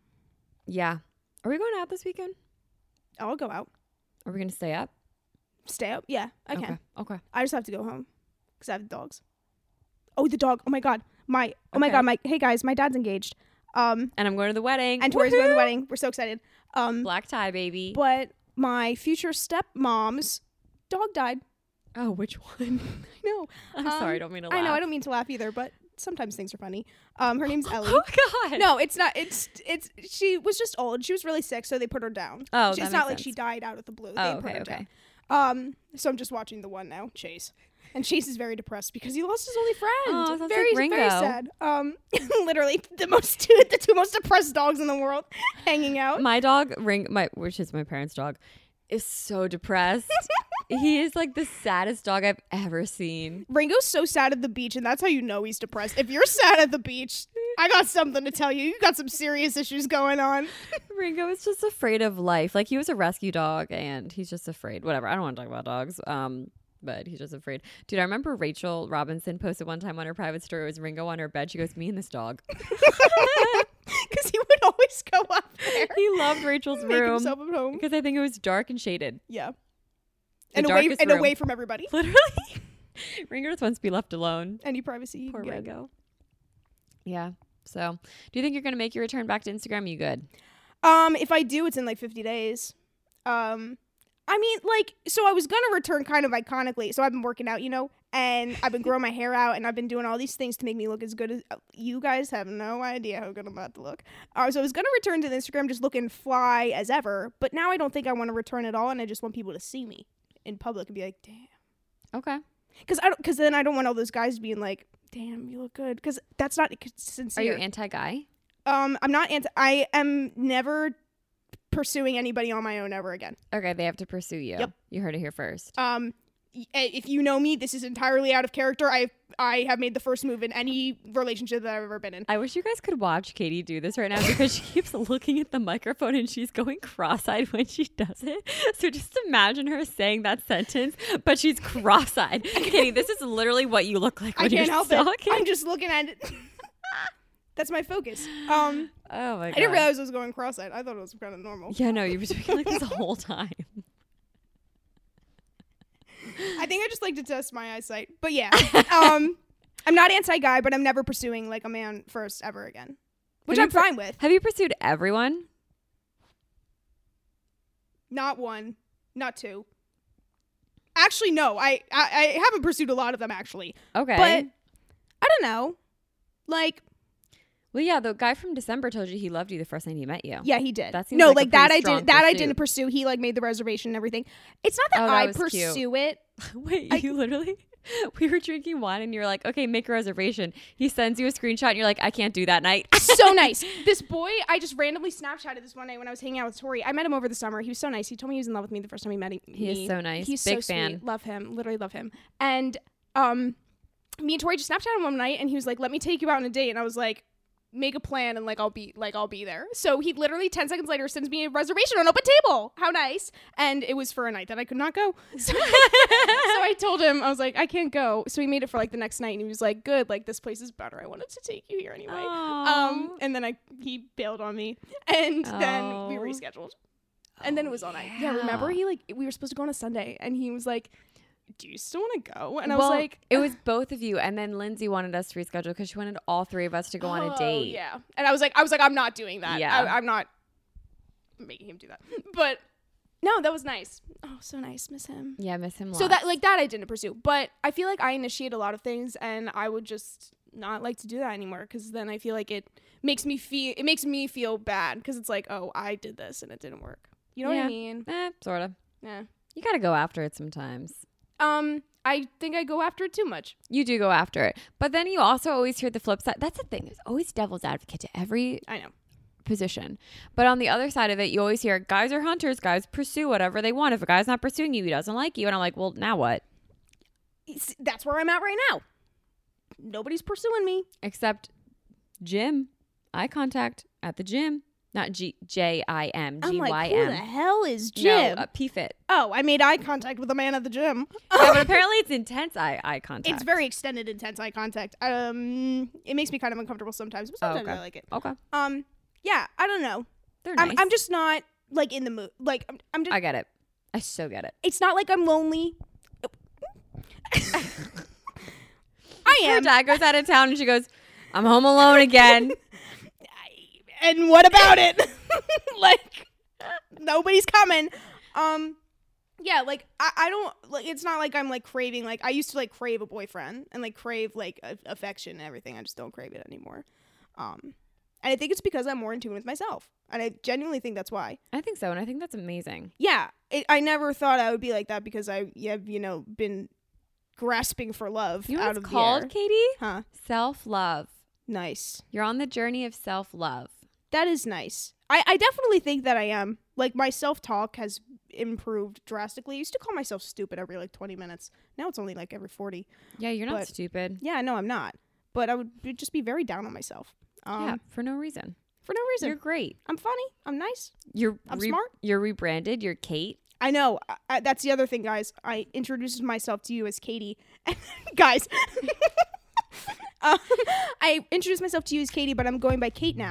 Speaker 1: Yeah. Are we going out this weekend?
Speaker 3: I'll go out,
Speaker 1: Are we gonna stay up?
Speaker 3: stay up. Yeah, I can.
Speaker 1: Okay. okay.
Speaker 3: I just have to go home because I have dogs. Oh, the dog. Oh my god. My. Oh my
Speaker 1: Okay.
Speaker 3: god. My. Hey guys, my dad's engaged. Um,
Speaker 1: And I'm going to the wedding.
Speaker 3: and Tori's going to the
Speaker 1: Woohoo!
Speaker 3: wedding. We're so excited. Um,
Speaker 1: Black tie, baby.
Speaker 3: but my future stepmom's dog died.
Speaker 1: Oh, which one?
Speaker 3: I know.
Speaker 1: I'm
Speaker 3: Um,
Speaker 1: sorry, I don't mean to laugh.
Speaker 3: I know. I don't mean to laugh either, but sometimes things are funny. Um, her name's Ellie.
Speaker 1: Oh God.
Speaker 3: no, it's not. It's it's. She was just old. She was really sick, so they put her down.
Speaker 1: Oh,
Speaker 3: it's
Speaker 1: that makes
Speaker 3: not like she
Speaker 1: sense.
Speaker 3: died out of the blue. They
Speaker 1: Oh,
Speaker 3: put
Speaker 1: okay,
Speaker 3: her
Speaker 1: okay.
Speaker 3: down. Um, so I'm just watching the one now, Chase, and Chase is very depressed because he lost his only friend.
Speaker 1: Oh, sounds like
Speaker 3: very
Speaker 1: Ringo.
Speaker 3: very sad. Um, literally the most two the two most depressed dogs in the world hanging out.
Speaker 1: My dog Ring, my which is my parents' dog, is so depressed. he is like the saddest dog I've ever seen.
Speaker 3: Ringo's so sad at the beach, and that's how you know he's depressed. If you're sad at the beach, I got something to tell you. You got some serious issues going on.
Speaker 1: Ringo is just afraid of life. Like he was a rescue dog, and he's just afraid. Whatever. I don't want to talk about dogs. Um, but he's just afraid. Dude, I remember Rachel Robinson posted one time on her private story. It was Ringo on her bed. She goes, "Me and this dog."
Speaker 3: Because he would always go up there.
Speaker 1: he loved Rachel's
Speaker 3: Make
Speaker 1: room
Speaker 3: himself at home.
Speaker 1: because I think it was dark and shaded.
Speaker 3: Yeah.
Speaker 1: The
Speaker 3: and away
Speaker 1: darkest
Speaker 3: and
Speaker 1: room.
Speaker 3: away from everybody.
Speaker 1: Literally, Ringo just wants to be left alone.
Speaker 3: Any privacy. you
Speaker 1: Poor
Speaker 3: can get.
Speaker 1: Ringo. Yeah. So, do you think you're gonna make your return back to Instagram? You good?
Speaker 3: Um, if I do, it's in like 50 days. Um, I mean, like, so I was gonna return kind of iconically. So I've been working out, you know, and I've been growing my hair out, and I've been doing all these things to make me look as good as uh, you guys have no idea how good I'm about to look. Uh, so I was gonna return to the Instagram just looking fly as ever, but now I don't think I want to return at all, and I just want people to see me in public and be like, damn,
Speaker 1: Okay.
Speaker 3: because I don't, because then I don't want all those guys being like, damn, you look good, because that's not
Speaker 1: Are
Speaker 3: sincere.
Speaker 1: you anti-guy?
Speaker 3: Um, I'm not anti. I am never pursuing anybody on my own ever again.
Speaker 1: Okay, they have to pursue you.
Speaker 3: Yep.
Speaker 1: You heard it here first.
Speaker 3: Um, y- if you know me, this is entirely out of character. I I have made the first move in any relationship that I've ever been in.
Speaker 1: I wish you guys could watch Katie do this right now because she keeps looking at the microphone and she's going cross-eyed when she does it. So just imagine her saying that sentence, but she's cross-eyed. Katie, this is literally what you look like
Speaker 3: I
Speaker 1: when
Speaker 3: can't
Speaker 1: you're
Speaker 3: help
Speaker 1: talking.
Speaker 3: it. I'm just looking at it. That's my focus. Um,
Speaker 1: oh my god.
Speaker 3: I didn't realize I was going cross-eyed. I thought it was kind of normal.
Speaker 1: Yeah, no, you were speaking like this the whole time.
Speaker 3: I think I just like to test my eyesight. But yeah, um, I'm not anti-guy, but I'm never pursuing like a man first ever again, which
Speaker 1: Have you
Speaker 3: I'm
Speaker 1: per-
Speaker 3: fine with.
Speaker 1: Have you pursued everyone?
Speaker 3: Not one, not two. Actually, no. I I, I haven't pursued a lot of them actually,
Speaker 1: Okay.
Speaker 3: but I don't know. Like,
Speaker 1: well, yeah, the guy from December told you he loved you the first night he met you.
Speaker 3: yeah, he did.
Speaker 1: That seems
Speaker 3: no,
Speaker 1: like a
Speaker 3: like, that
Speaker 1: pretty
Speaker 3: I
Speaker 1: strong
Speaker 3: didn't. That I
Speaker 1: pursuit.
Speaker 3: didn't pursue. He like made the reservation and everything. It's not that,
Speaker 1: Oh, that
Speaker 3: I
Speaker 1: was cute.
Speaker 3: pursue it.
Speaker 1: Wait,
Speaker 3: I-
Speaker 1: you literally? We were drinking wine and you were like, okay, make a reservation. He sends you a screenshot and you're like, I can't do that night.
Speaker 3: so nice. This boy, I just randomly Snapchatted this one night when I was hanging out with Tori. I met him over the summer. He was so nice. He told me he was in love with me the first time he met he- me.
Speaker 1: is so nice.
Speaker 3: He's
Speaker 1: Big
Speaker 3: so
Speaker 1: fan.
Speaker 3: sweet. Love him. Literally love him. And um, me and Tori just Snapchatted him one night, and he was like, "Let me take you out on a date," and I was like. Make a plan and like I'll be like I'll be there. So he literally ten seconds later sends me a reservation on Open Table. How nice! And it was for a night that I could not go. So, so I told him I was like I can't go. So he made it for like the next night and he was like, "Good, like this place is better. I wanted to take you here anyway." Um,
Speaker 1: Aw.
Speaker 3: and then I he bailed on me, and then we
Speaker 1: Oh.
Speaker 3: rescheduled, and then it was all night. Yeah, remember
Speaker 1: yeah.
Speaker 3: he like we were supposed to go on a Sunday, and he was like, "Do you still want to go?" And I
Speaker 1: Well,
Speaker 3: was like,
Speaker 1: it was both of you, and then Lindsay wanted us to reschedule because she wanted all three of us to go on
Speaker 3: "Oh,
Speaker 1: a date.
Speaker 3: Yeah, and I was like, I was like, I'm not doing that.
Speaker 1: Yeah.
Speaker 3: I, I'm not making him do that. But no, that was nice. Oh, so nice. Miss him.
Speaker 1: Yeah, miss him.
Speaker 3: So
Speaker 1: lots.
Speaker 3: that like that I didn't pursue, but I feel like I initiate a lot of things, and I would just not like to do that anymore because then I feel like it makes me feel it makes me feel bad because it's like oh I did this and it didn't work. You know what
Speaker 1: Yeah.
Speaker 3: I mean?
Speaker 1: eh, sort of.
Speaker 3: Yeah.
Speaker 1: You gotta go after it sometimes.
Speaker 3: Um, I think I go after it too much.
Speaker 1: You do go after it, but then you also always hear the flip side. That's the thing. There's always devil's advocate to every
Speaker 3: I know.
Speaker 1: position. But on the other side of it, you always hear guys are hunters. Guys pursue whatever they want. If a guy's not pursuing you, he doesn't like you. And I'm like, well, now what?
Speaker 3: It's- that's where I'm at right now. Nobody's pursuing me.
Speaker 1: Except Jim, eye contact at the gym. Not G J I M
Speaker 3: I'm
Speaker 1: G Y
Speaker 3: like, who the
Speaker 1: M.
Speaker 3: hell is
Speaker 1: No,
Speaker 3: Jim?
Speaker 1: uh, PFIT.
Speaker 3: oh, I made eye contact with a man at the gym.
Speaker 1: yeah, but apparently it's intense eye eye contact.
Speaker 3: It's very extended, intense eye contact. Um, it makes me kind of uncomfortable sometimes, but
Speaker 1: Oh,
Speaker 3: sometimes
Speaker 1: okay.
Speaker 3: I like it.
Speaker 1: okay.
Speaker 3: Um, yeah, I don't know.
Speaker 1: They're
Speaker 3: I'm,
Speaker 1: nice.
Speaker 3: I'm just not like in the mood. Like I'm, I'm just.
Speaker 1: I get it. I so get it.
Speaker 3: it's not like I'm lonely. I
Speaker 1: Her
Speaker 3: am.
Speaker 1: dad goes out of town and she goes, "I'm home alone again."
Speaker 3: and what about it? like nobody's coming. Um yeah, like I, I don't like it's not like I'm like craving like I used to like crave a boyfriend and like crave like a- affection and everything. I just don't crave it anymore. Um and I think it's because I'm more in tune with myself. And I genuinely think that's why.
Speaker 1: I think so, and I think that's amazing.
Speaker 3: Yeah, it, I never thought I would be like that because I have, you know, been grasping for love
Speaker 1: You know
Speaker 3: out
Speaker 1: what
Speaker 3: of
Speaker 1: it's called,
Speaker 3: the air.
Speaker 1: Katie?
Speaker 3: Huh.
Speaker 1: Self love.
Speaker 3: Nice.
Speaker 1: You're on the journey of self love.
Speaker 3: That is nice. I, I definitely think that I am. Like my self talk has improved drastically. I used to call myself stupid every like twenty minutes. Now it's only like every forty.
Speaker 1: Yeah, you're not
Speaker 3: But-
Speaker 1: stupid.
Speaker 3: Yeah, no, I'm not. But I would be- just be very down on myself. Um,
Speaker 1: yeah, for no reason.
Speaker 3: For no reason.
Speaker 1: You're great.
Speaker 3: I'm funny. I'm nice.
Speaker 1: You're
Speaker 3: I'm smart.
Speaker 1: You're rebranded. You're Kate.
Speaker 3: I know. I, I, that's the other thing, guys. I introduced myself to you as Katie. guys. um, I introduced myself to you as Katie, but I'm going by Kate now.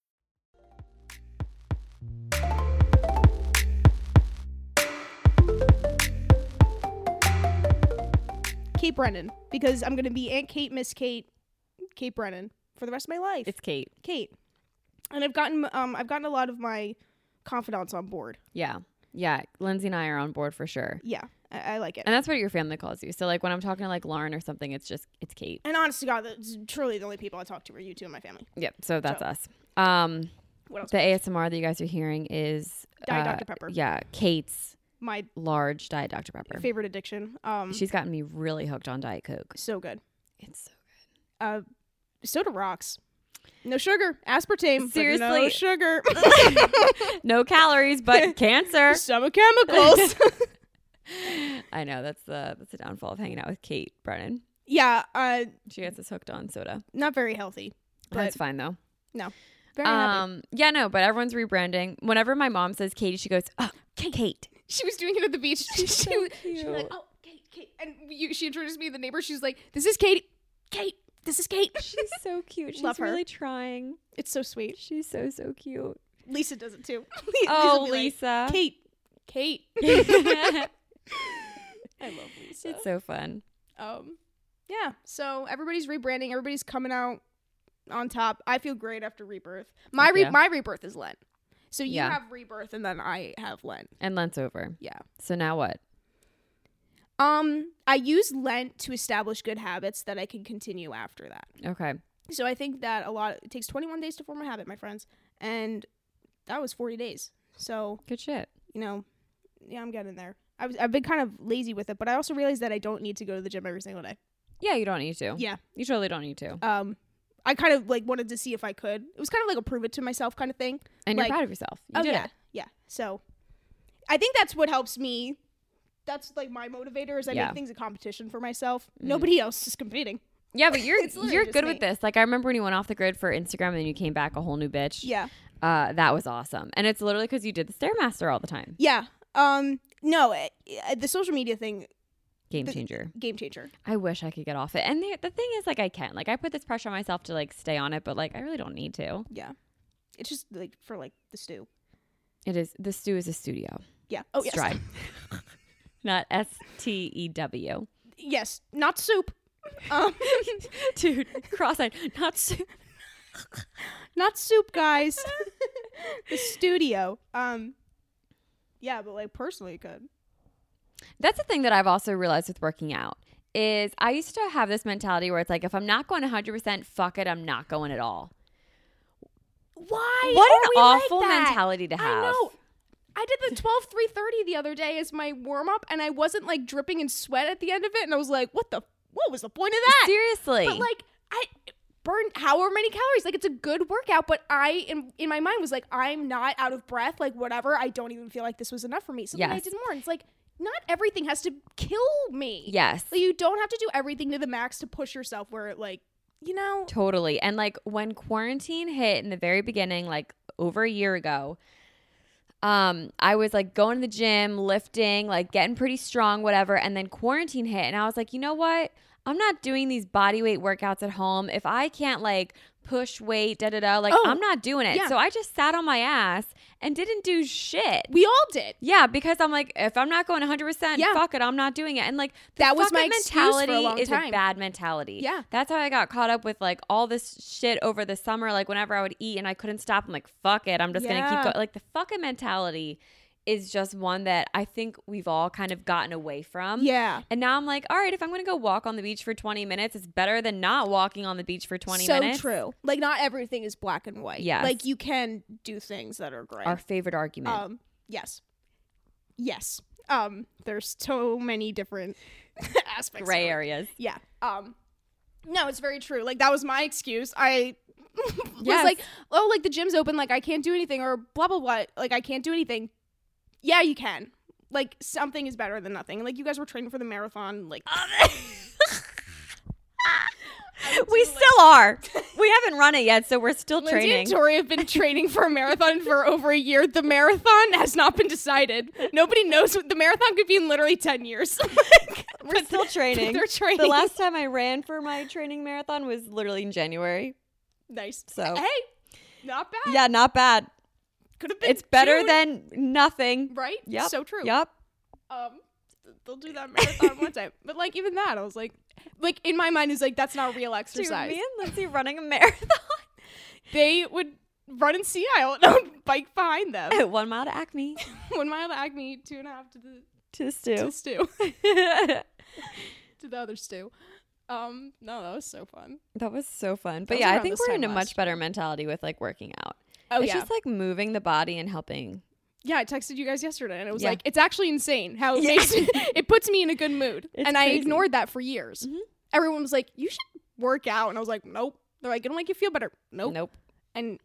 Speaker 3: Kate Brennan because I'm gonna be Aunt Kate, Miss Kate, Kate Brennan for the rest of my life.
Speaker 1: It's Kate.
Speaker 3: Kate, and I've gotten um I've gotten a lot of my confidants on board.
Speaker 1: Yeah. Yeah. Lindsay and I are on board for sure.
Speaker 3: Yeah, I, I like it.
Speaker 1: And that's what your family calls you. So like when I'm talking to like Lauren or something, it's just it's Kate.
Speaker 3: And honest to God, that's truly the only people I talk to are you two and my family.
Speaker 1: Yep. So that's us. Um
Speaker 3: What else?
Speaker 1: the ASMR that you guys are hearing is
Speaker 3: Diet
Speaker 1: uh,
Speaker 3: Dr. Pepper.
Speaker 1: Yeah. Kate's
Speaker 3: my
Speaker 1: large Diet Dr. Pepper.
Speaker 3: favorite addiction. Um,
Speaker 1: She's gotten me really hooked on Diet Coke.
Speaker 3: so good.
Speaker 1: It's so
Speaker 3: Uh, soda rocks. No sugar, aspartame. but no
Speaker 1: Seriously.
Speaker 3: sugar.
Speaker 1: no calories, but cancer.
Speaker 3: Some chemicals.
Speaker 1: I know that's the that's the downfall of hanging out with Kate Brennan.
Speaker 3: yeah, uh,
Speaker 1: She gets us hooked on soda.
Speaker 3: not very healthy. But
Speaker 1: That's fine though.
Speaker 3: no, very happy.
Speaker 1: Um, yeah, no, but everyone's rebranding. Whenever my mom says Katie, she goes, "Oh,
Speaker 3: Um,
Speaker 1: Kate." Kate.
Speaker 3: She was doing it at the beach. She, was- she was like, "Oh, Kate, Kate," and you, she introduced me to the neighbor. She's like, "This is Katie, Kate. This is Kate."
Speaker 1: She's so cute. She's
Speaker 3: Love her.
Speaker 1: really trying.
Speaker 3: it's so sweet.
Speaker 1: She's so so cute.
Speaker 3: Lisa does it too.
Speaker 1: Oh,
Speaker 3: be like,
Speaker 1: Lisa.
Speaker 3: Kate, Kate. I love Lisa.
Speaker 1: It's so fun.
Speaker 3: um, yeah. So everybody's rebranding. Everybody's coming out on top. I feel great after rebirth. My re-
Speaker 1: yeah.
Speaker 3: my rebirth is Lent. So you
Speaker 1: Yeah.
Speaker 3: have rebirth, and then I have Lent.
Speaker 1: And Lent's over.
Speaker 3: Yeah.
Speaker 1: So now what?
Speaker 3: Um, I use Lent to establish good habits that I can continue after that.
Speaker 1: Okay.
Speaker 3: So I think that a lot it takes 21 days to form a habit, my friends, and that was 40 days. So
Speaker 1: Good shit.
Speaker 3: you know, yeah, I'm getting there. I was, I've been kind of lazy with it, but I also realized that I don't need to go to the gym every single day.
Speaker 1: Yeah, you don't need to.
Speaker 3: Yeah.
Speaker 1: You totally don't need to.
Speaker 3: Um, I kind of like wanted to see if I could. It was kind of like a prove it to myself kind of thing.
Speaker 1: And you're
Speaker 3: like-
Speaker 1: proud of yourself. You
Speaker 3: oh
Speaker 1: did
Speaker 3: yeah,
Speaker 1: it.
Speaker 3: yeah. So I think that's what helps me. That's like my motivator is I
Speaker 1: Yeah. Mm.
Speaker 3: make things a competition for myself. Nobody else is competing.
Speaker 1: Yeah, but you're
Speaker 3: It's literally
Speaker 1: you're
Speaker 3: just
Speaker 1: good
Speaker 3: me.
Speaker 1: with this. Like I remember when you went off the grid for Instagram and then you came back a whole new bitch.
Speaker 3: Yeah.
Speaker 1: Uh, that was awesome. And it's literally because you did the Stairmaster all the time.
Speaker 3: Yeah. Um. No. eh, eh, the social media thing,
Speaker 1: Game
Speaker 3: The-
Speaker 1: changer.
Speaker 3: game changer.
Speaker 1: I wish I could get off it. And the, the thing is, like, I can't. Like, I put this pressure on myself to like stay on it, but like, I really don't need to.
Speaker 3: Yeah. It's just like for like the stew.
Speaker 1: It is the stew is a studio.
Speaker 3: Yeah. Oh yes.
Speaker 1: It's dry. Not S T E W.
Speaker 3: Yes. Not soup. Um.
Speaker 1: Dude, cross-eyed. Not stew.
Speaker 3: not soup, guys. the studio. Um. Yeah, but like personally, it could.
Speaker 1: That's the thing that I've also realized with working out is I used to have this mentality where it's like, if I'm not going 100, percent fuck it, I'm not going at all.
Speaker 3: Why?
Speaker 1: What
Speaker 3: are
Speaker 1: an
Speaker 3: we like
Speaker 1: awful
Speaker 3: that?
Speaker 1: mentality to
Speaker 3: I
Speaker 1: have.
Speaker 3: know. I did the 12 330 the other day as my warm up, and I wasn't like dripping in sweat at the end of it, and I was like, what the? What was the point of that?
Speaker 1: Seriously.
Speaker 3: But like, I burn however many calories. Like it's a good workout, but I in, in my mind was like, I'm not out of breath, like whatever. I don't even feel like this was enough for me. So then I
Speaker 1: Yes.
Speaker 3: did more. And it's like, not everything has to kill me.
Speaker 1: Yes.
Speaker 3: Like you don't have to do everything to the max to push yourself where it like, you know,
Speaker 1: Totally. And like when quarantine hit in the very beginning, like over a year ago, um, I was like going to the gym, lifting, like getting pretty strong, whatever. And then quarantine hit, and I was like, you know what? I'm not doing these body weight workouts at home. If I can't like push weight, da da da, like
Speaker 3: Oh,
Speaker 1: I'm not doing it.
Speaker 3: yeah.
Speaker 1: So I just sat on my ass and didn't do shit.
Speaker 3: we all did.
Speaker 1: Yeah, because I'm like, if I'm not going 100, percent
Speaker 3: Yeah.
Speaker 1: fuck it, I'm not doing it. And like the
Speaker 3: That was
Speaker 1: fuck it
Speaker 3: my excuse for a
Speaker 1: mentality
Speaker 3: long
Speaker 1: is a
Speaker 3: time.
Speaker 1: bad mentality.
Speaker 3: Yeah.
Speaker 1: that's how I got caught up with like all this shit over the summer. Like whenever I would eat and I couldn't stop, I'm like, fuck it, I'm just gonna keep
Speaker 3: Yeah.
Speaker 1: going. Like the fucking mentality is just one that I think we've all kind of gotten away from.
Speaker 3: Yeah.
Speaker 1: And now I'm like, all right, if I'm gonna go walk on the beach for 20 minutes, it's better than not walking on the beach for 20
Speaker 3: so
Speaker 1: minutes.
Speaker 3: true. Like not everything is black and white.
Speaker 1: Yes.
Speaker 3: Like you can do things that are gray.
Speaker 1: Our favorite argument.
Speaker 3: Um, yes. Yes. Um, there's so many different aspects.
Speaker 1: Gray
Speaker 3: of it.
Speaker 1: areas.
Speaker 3: Yeah. Um, no, it's very true. Like that was my excuse. I was
Speaker 1: Yes.
Speaker 3: like, oh, like the gym's open. Like I can't do anything, or blah blah blah. Like I can't do anything. Yeah, you can. Like something is better than nothing. Like you guys were training for the marathon. Like
Speaker 1: We still are. We haven't run it yet, so we're still
Speaker 3: Lindsay
Speaker 1: training.
Speaker 3: and Tori have been training for a marathon for over a year. The marathon has not been decided. Nobody knows. what The marathon could be in literally ten years. we're
Speaker 1: but still training.
Speaker 3: They're training.
Speaker 1: The last time I ran for my training marathon was literally in January.
Speaker 3: nice.
Speaker 1: So-
Speaker 3: hey, not bad.
Speaker 1: Yeah, not bad.
Speaker 3: could have been.
Speaker 1: It's better
Speaker 3: Ah, June,
Speaker 1: than nothing.
Speaker 3: right.
Speaker 1: Yep.
Speaker 3: So true.
Speaker 1: Yep.
Speaker 3: um th- they'll do that marathon one time but like even that i was like like in my mind is like that's not real
Speaker 1: Dude, me
Speaker 3: exercise
Speaker 1: and Lindsay running a marathon.
Speaker 3: they would run in sea isle and i would bike behind them
Speaker 1: One mile to Acme
Speaker 3: one mile to acme two and a half to the
Speaker 1: to the
Speaker 3: to
Speaker 1: stew.
Speaker 3: the stew to the other stew um no that was so fun
Speaker 1: that was so fun. But
Speaker 3: was
Speaker 1: yeah, I
Speaker 3: around
Speaker 1: think
Speaker 3: this
Speaker 1: we're in
Speaker 3: time
Speaker 1: a much
Speaker 3: last
Speaker 1: better mentality with like working out.
Speaker 3: oh
Speaker 1: it's
Speaker 3: yeah
Speaker 1: just like moving the body and helping.
Speaker 3: yeah i texted you guys yesterday and it was
Speaker 1: Yeah.
Speaker 3: like it's actually insane how it makes it puts me in a good mood
Speaker 1: It's
Speaker 3: and i
Speaker 1: crazy. Mm-hmm.
Speaker 3: ignored that for years everyone was like you should work out and i was like nope they're like it'll make you feel better nope
Speaker 1: Nope.
Speaker 3: and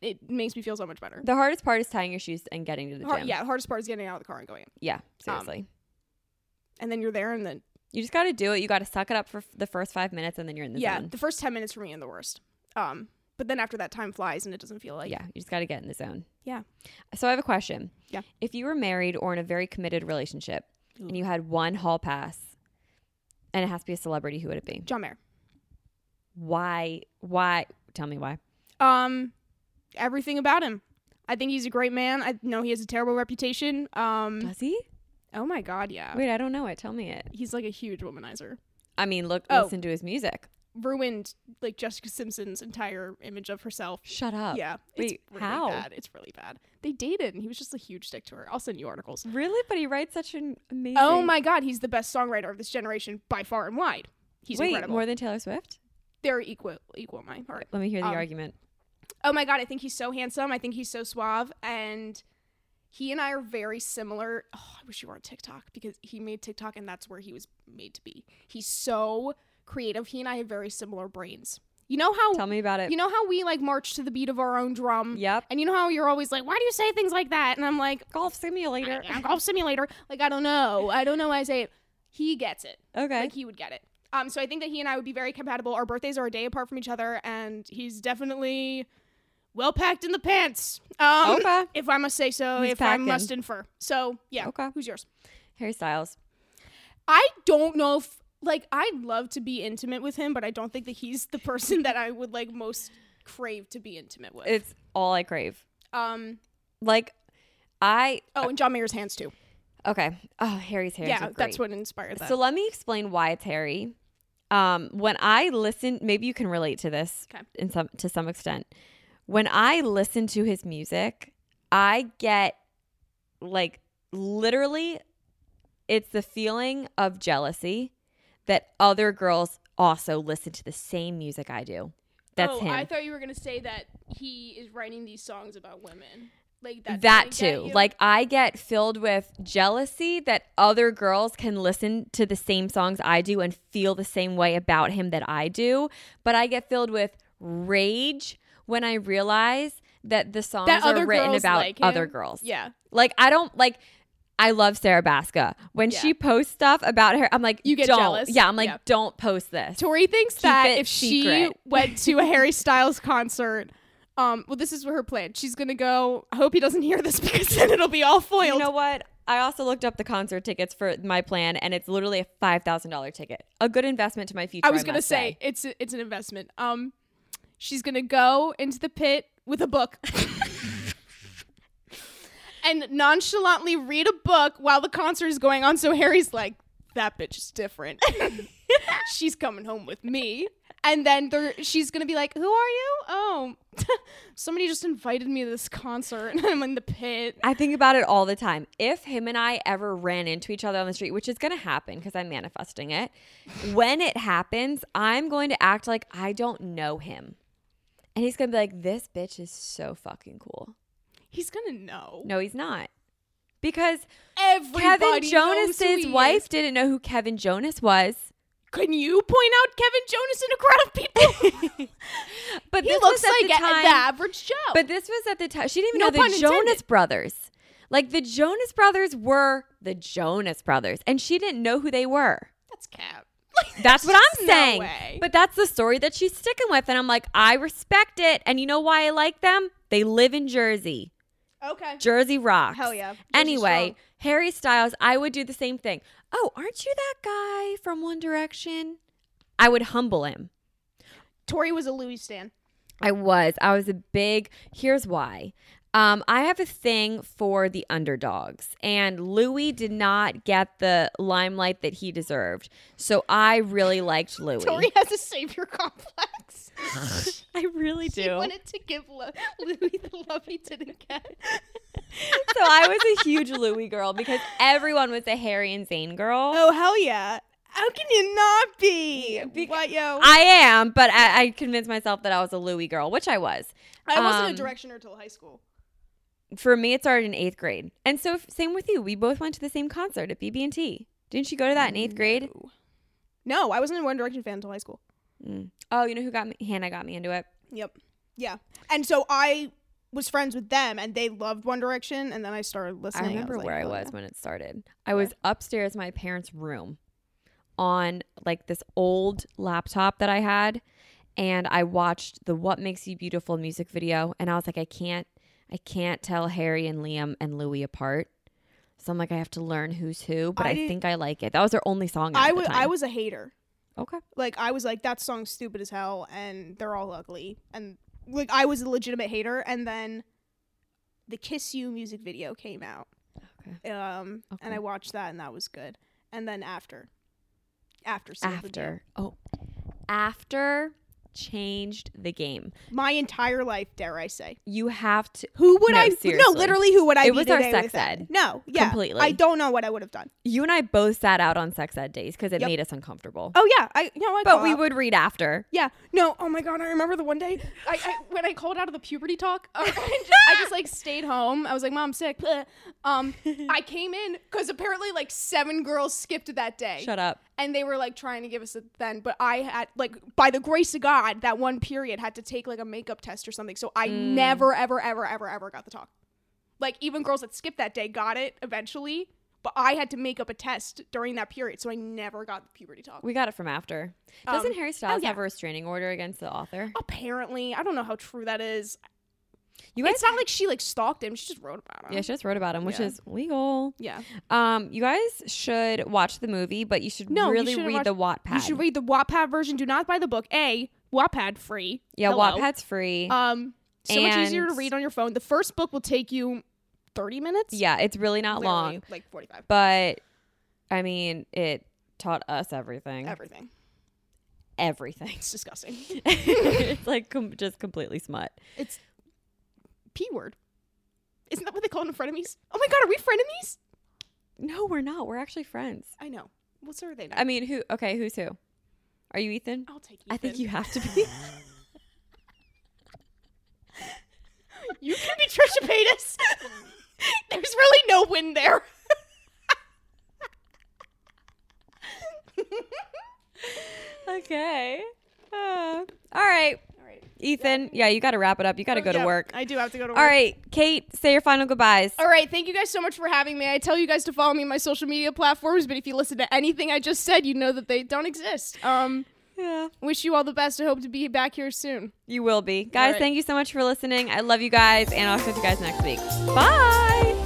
Speaker 3: it makes me feel so much better.
Speaker 1: The hardest part is tying your shoes and getting to the
Speaker 3: Har-
Speaker 1: gym.
Speaker 3: yeah, Um, hardest part is getting out of the car and going. in.
Speaker 1: Yeah, seriously.
Speaker 3: And then you're there, and then
Speaker 1: you just got to do it. You got to suck it up for f- the first five minutes, and then you're in the
Speaker 3: yeah,
Speaker 1: zone.
Speaker 3: the first ten minutes for me are the worst. Um, but then after that, time flies, and it doesn't feel like
Speaker 1: yeah, you just got to get in the zone.
Speaker 3: yeah.
Speaker 1: So I have a question.
Speaker 3: Yeah.
Speaker 1: If you were married or in a very committed relationship and you had one hall pass and it has to be a celebrity, who would it be?
Speaker 3: John Mayer.
Speaker 1: Why? Why? Tell me why.
Speaker 3: Um, everything about him. I think he's a great man. I know he has a terrible reputation. Um,
Speaker 1: Does he?
Speaker 3: oh my god, yeah,
Speaker 1: Wait, I don't know it. Tell me it.
Speaker 3: he's like a huge womanizer.
Speaker 1: I mean, look,
Speaker 3: Oh.
Speaker 1: listen to his music.
Speaker 3: Ruined like Jessica Simpson's entire image of herself.
Speaker 1: Shut up.
Speaker 3: Yeah,
Speaker 1: Wait,
Speaker 3: it's really
Speaker 1: how?
Speaker 3: bad. It's really bad. They dated, and he was just a huge dick to her. I'll send you articles.
Speaker 1: Really? But he writes such an amazing.
Speaker 3: Oh my god, he's the best songwriter of this generation by far and wide. He's
Speaker 1: Wait,
Speaker 3: incredible.
Speaker 1: more than Taylor Swift?
Speaker 3: They're equal equal in my heart.
Speaker 1: Let me hear the
Speaker 3: Um,
Speaker 1: argument.
Speaker 3: Oh my god, I think he's so handsome. I think he's so suave and he and I are very similar. Oh, I wish you were on TikTok because he made TikTok and that's where he was made to be. He's so creative. He and I have very similar brains. You know how
Speaker 1: Tell me about it.
Speaker 3: oh, you know how we like march to the beat of our own drum?
Speaker 1: Yep.
Speaker 3: And you know how you're always like, "Why do you say things like that?" And I'm like,
Speaker 1: Golf simulator.
Speaker 3: "Yeah, golf simulator." Like, I don't know. I don't know why I say it. He gets it.
Speaker 1: Okay.
Speaker 3: Like he would get it. Um, so I think that he and I would be very compatible. Our birthdays are a day apart from each other, and he's definitely well packed in the pants. Um,
Speaker 1: Okay.
Speaker 3: If I must say so,
Speaker 1: He's
Speaker 3: if
Speaker 1: packing.
Speaker 3: I must infer. So yeah.
Speaker 1: Okay.
Speaker 3: Who's yours?
Speaker 1: Harry Styles.
Speaker 3: I don't know if like I'd love to be intimate with him, but I don't think that he's the person that I would like most crave to be intimate with.
Speaker 1: It's all I crave.
Speaker 3: um.
Speaker 1: Like, I.
Speaker 3: Oh, and John Mayer's hands too.
Speaker 1: Okay. Oh, Harry's hair.
Speaker 3: yeah, that's what inspired that.
Speaker 1: So let me explain why it's hairy. Um, when I listen, maybe you can relate to this
Speaker 3: Okay.
Speaker 1: in some to some extent. When I listen to his music, I get like literally, it's the feeling of jealousy that other girls also listen to the same music I do. That's
Speaker 3: oh,
Speaker 1: him.
Speaker 3: I thought you were gonna say that he is writing these songs about women. Like
Speaker 1: That,
Speaker 3: that.
Speaker 1: too. Like I get filled with jealousy that other girls can listen to the same songs I do and feel the same way about him that I do, but I get filled with rage when I realize that the songs
Speaker 3: that
Speaker 1: are
Speaker 3: other
Speaker 1: written
Speaker 3: girls
Speaker 1: about
Speaker 3: like him.
Speaker 1: other girls.
Speaker 3: Yeah.
Speaker 1: Like I don't like I love Sarah Basca. When
Speaker 3: Yeah.
Speaker 1: she posts stuff about her, I'm like,
Speaker 3: You get
Speaker 1: don't.
Speaker 3: jealous.
Speaker 1: Yeah, I'm like,
Speaker 3: Yeah.
Speaker 1: don't post this.
Speaker 3: Tori thinks
Speaker 1: Keep
Speaker 3: that
Speaker 1: it
Speaker 3: if she
Speaker 1: secret.
Speaker 3: went to a Harry Styles concert, um, well, this is her plan. She's gonna go. I hope he doesn't hear this because then it'll be all foiled.
Speaker 1: You know what? I also looked up the concert tickets for my plan, and it's literally a five thousand dollar ticket. A good investment to my future.
Speaker 3: I was gonna
Speaker 1: must
Speaker 3: say, it's a, it's an investment. Um, she's gonna go into the pit with a book. And nonchalantly read a book while the concert is going on. So Harry's like, "That bitch is different. she's coming home with me." And then there, she's gonna be like, "Who are you? Oh, somebody just invited me to this concert, and I'm in the pit."
Speaker 1: I think about it all the time. If him and I ever ran into each other on the street, which is going to happen because I'm manifesting it, when it happens, I'm going to act like I don't know him. And he's going to be like, this bitch is so fucking cool.
Speaker 3: He's gonna know.
Speaker 1: No, he's not. Because
Speaker 3: Everybody
Speaker 1: Kevin
Speaker 3: knows who
Speaker 1: Jonas's
Speaker 3: he
Speaker 1: wife
Speaker 3: is.
Speaker 1: didn't know who Kevin Jonas was.
Speaker 3: Can you point out Kevin Jonas in a crowd of people?
Speaker 1: But
Speaker 3: he
Speaker 1: this
Speaker 3: looks
Speaker 1: was at
Speaker 3: like
Speaker 1: the
Speaker 3: a-
Speaker 1: time,
Speaker 3: the average Joe.
Speaker 1: But this was at the time. She didn't even
Speaker 3: No
Speaker 1: know
Speaker 3: pun
Speaker 1: the
Speaker 3: intended.
Speaker 1: Jonas Brothers. Like the Jonas Brothers were the Jonas Brothers, and she didn't know who they were.
Speaker 3: that's cap.
Speaker 1: That's what I'm
Speaker 3: There's no
Speaker 1: saying.
Speaker 3: way.
Speaker 1: But that's the story that she's sticking with, and I'm like, I respect it. And you know why I like them? They live in Jersey.
Speaker 3: okay.
Speaker 1: Jersey rocks.
Speaker 3: Hell yeah. Jersey's
Speaker 1: anyway,
Speaker 3: strong.
Speaker 1: Harry Styles, I would do the same thing. Oh, aren't you that guy from One Direction? I would humble him.
Speaker 3: Tori was a Louis stan.
Speaker 1: I was. I was a big. Here's why. Um, I have a thing for the underdogs, and Louis did not get the limelight that he deserved. So I really liked Louis.
Speaker 3: Tori has a savior complex.
Speaker 1: I really
Speaker 3: She wanted to give lo- Louis the love he didn't get.
Speaker 1: so I was a huge Louis girl because everyone was a Harry and Zayn girl.
Speaker 3: Oh, hell yeah! How can you not be? what yo?
Speaker 1: I
Speaker 3: I,
Speaker 1: am, but I, I convinced myself that I was a Louis girl, which I was.
Speaker 3: wasn't
Speaker 1: um,
Speaker 3: a directioner till high school.
Speaker 1: For me, it started in eighth grade, and so f- same with you. We both went to the same concert at BB and T. Didn't you go to that in eighth grade?
Speaker 3: No, I wasn't a One Direction fan until high school.
Speaker 1: Mm. Oh, you know who got me? Hannah got me into it.
Speaker 3: Yep. Yeah. And so I was friends with them, and they loved One Direction, and then I started listening.
Speaker 1: I remember
Speaker 3: like,
Speaker 1: where I
Speaker 3: "Oh,
Speaker 1: was
Speaker 3: yeah."
Speaker 1: when it started. I was upstairs in my parents' room on like this old laptop that I had and I watched the What Makes You Beautiful music video and I was like I can't I can't tell Harry and Liam and Louis apart. So I'm like I have to learn who's who, but
Speaker 3: I
Speaker 1: I,
Speaker 3: didn't-
Speaker 1: think I like it. That was their only song at
Speaker 3: I
Speaker 1: the
Speaker 3: was I
Speaker 1: time.
Speaker 3: was a hater.
Speaker 1: Okay.
Speaker 3: Like I was like that song's stupid as hell, and they're all ugly, and like I was a legitimate hater. And then the "Kiss You" music video came out,
Speaker 1: Okay.
Speaker 3: um, and
Speaker 1: Okay.
Speaker 3: I watched that, and that was good. And then after, after Seal the Deal.
Speaker 1: After. Oh. After changed the game.
Speaker 3: my entire life, dare I say,
Speaker 1: You have to
Speaker 3: who would
Speaker 1: No,
Speaker 3: I?
Speaker 1: seriously.
Speaker 3: No, literally, who would I?
Speaker 1: It
Speaker 3: be
Speaker 1: was our
Speaker 3: today
Speaker 1: sex
Speaker 3: without-
Speaker 1: ed.
Speaker 3: No, yeah,
Speaker 1: Completely.
Speaker 3: I don't know what I would have done.
Speaker 1: You and I both sat out on sex ed days because it
Speaker 3: Yep.
Speaker 1: made us uncomfortable.
Speaker 3: Oh yeah, I you know I
Speaker 1: but
Speaker 3: go
Speaker 1: we
Speaker 3: out.
Speaker 1: would read after.
Speaker 3: Yeah. No. Oh my god. I remember the one day I, I when I called out of the puberty talk. uh, I, just, I just like stayed home. I was like, "Mom, I'm sick." Bleh. Um, I came in because apparently like seven girls skipped that day.
Speaker 1: Shut up.
Speaker 3: And they were like trying to give us a then, but I had like by the grace of God that one period had to take like a makeup test or something. So I
Speaker 1: Mm.
Speaker 3: never, ever, ever, ever, ever got the talk. Like even girls that skipped that day got it eventually, but I had to make up a test during that period, so I never got the puberty talk.
Speaker 1: We got it from after. Doesn't
Speaker 3: Um,
Speaker 1: Harry Styles
Speaker 3: yeah. Oh,
Speaker 1: have a restraining order against the author?
Speaker 3: apparently i don't know how true that is
Speaker 1: You
Speaker 3: it's not like she like stalked him she just wrote about him
Speaker 1: yeah, she just wrote about him, which
Speaker 3: Yeah.
Speaker 1: is legal.
Speaker 3: yeah
Speaker 1: Um, you guys should watch the movie, but you should
Speaker 3: No, you
Speaker 1: really
Speaker 3: shouldn't
Speaker 1: read
Speaker 3: watch-
Speaker 1: the Wattpad.
Speaker 3: you should read the wattpad version do not buy the book a wattpad free
Speaker 1: Yeah,
Speaker 3: Hello.
Speaker 1: Wattpad's free.
Speaker 3: um so much easier to
Speaker 1: And-
Speaker 3: read on your phone the first book will take you 30 minutes
Speaker 1: yeah, it's really not
Speaker 3: Literally,
Speaker 1: long,
Speaker 3: like 45
Speaker 1: but I mean, it taught us everything.
Speaker 3: everything
Speaker 1: everything.
Speaker 3: it's disgusting
Speaker 1: it's like com- just completely smut.
Speaker 3: it's p word isn't that what they call it in frenemies oh my god are we frenemies
Speaker 1: No, we're not. We're actually friends.
Speaker 3: i know what's her they
Speaker 1: I mean, who? Okay, who's who? Are you Ethan?
Speaker 3: i'll take you
Speaker 1: I think you have to be.
Speaker 3: You can be Trisha Paytas. There's really no win there.
Speaker 5: Okay. Uh, all right.
Speaker 3: All right. Oh,
Speaker 5: Ethan, yeah, you got to wrap it up. You got to go to
Speaker 3: Yeah,
Speaker 5: work.
Speaker 3: I do have to go to work.
Speaker 5: All right, Kate, say your final goodbyes.
Speaker 3: All right, thank you guys so much for having me. I tell you guys to follow me on my social media platforms, but if you listen to anything I just said, you know that they don't exist. Um,
Speaker 5: Yeah.
Speaker 3: wish you all the best. I hope to be back here soon.
Speaker 5: You will be. Guys,
Speaker 3: right.
Speaker 5: thank you so much for listening. I love you guys, and I'll catch you guys next week. Bye.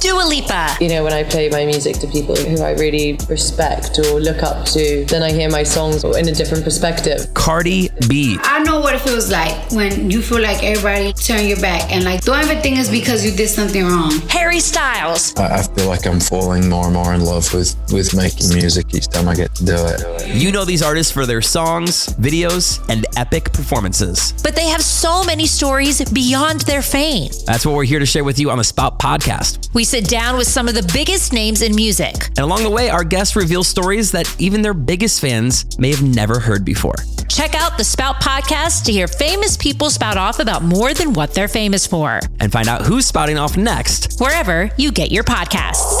Speaker 6: Dua Lipa.
Speaker 7: You know, when I play my music to people who I really respect or look up to, then I hear my songs in a different perspective.
Speaker 8: Cardi B,
Speaker 6: I know what it feels like when you feel like everybody turn your back and like don't ever think it's because you did something wrong. Harry Styles.
Speaker 9: I, I feel like I'm falling more and more in love with, with making music each time I get to do it.
Speaker 8: you know these artists for their songs, videos, and epic performances.
Speaker 10: But they have so many stories beyond their fame.
Speaker 8: That's what we're here to share with you on the Spout podcast.
Speaker 10: We sit down with some of the biggest names in music.
Speaker 8: And along the way, our guests reveal stories that even their biggest fans may have never heard before.
Speaker 10: Check out the Spout podcast to hear famous people spout off about more than what they're famous for.
Speaker 8: And find out who's spouting off next.
Speaker 10: Wherever you get your podcasts.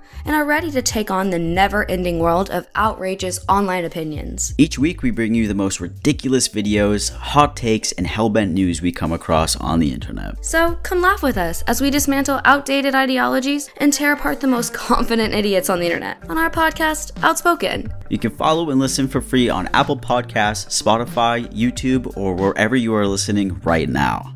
Speaker 1: and are ready to take on the never ending world of outrageous online opinions.
Speaker 11: Each week, we bring you the most ridiculous videos, hot takes, and hellbent news we come across on the internet.
Speaker 1: So come laugh with us as we dismantle outdated ideologies and tear apart the most confident idiots on the internet on our podcast, Outspoken.
Speaker 11: You can follow and listen for free on Apple Podcasts, Spotify, YouTube, or wherever you are listening right now.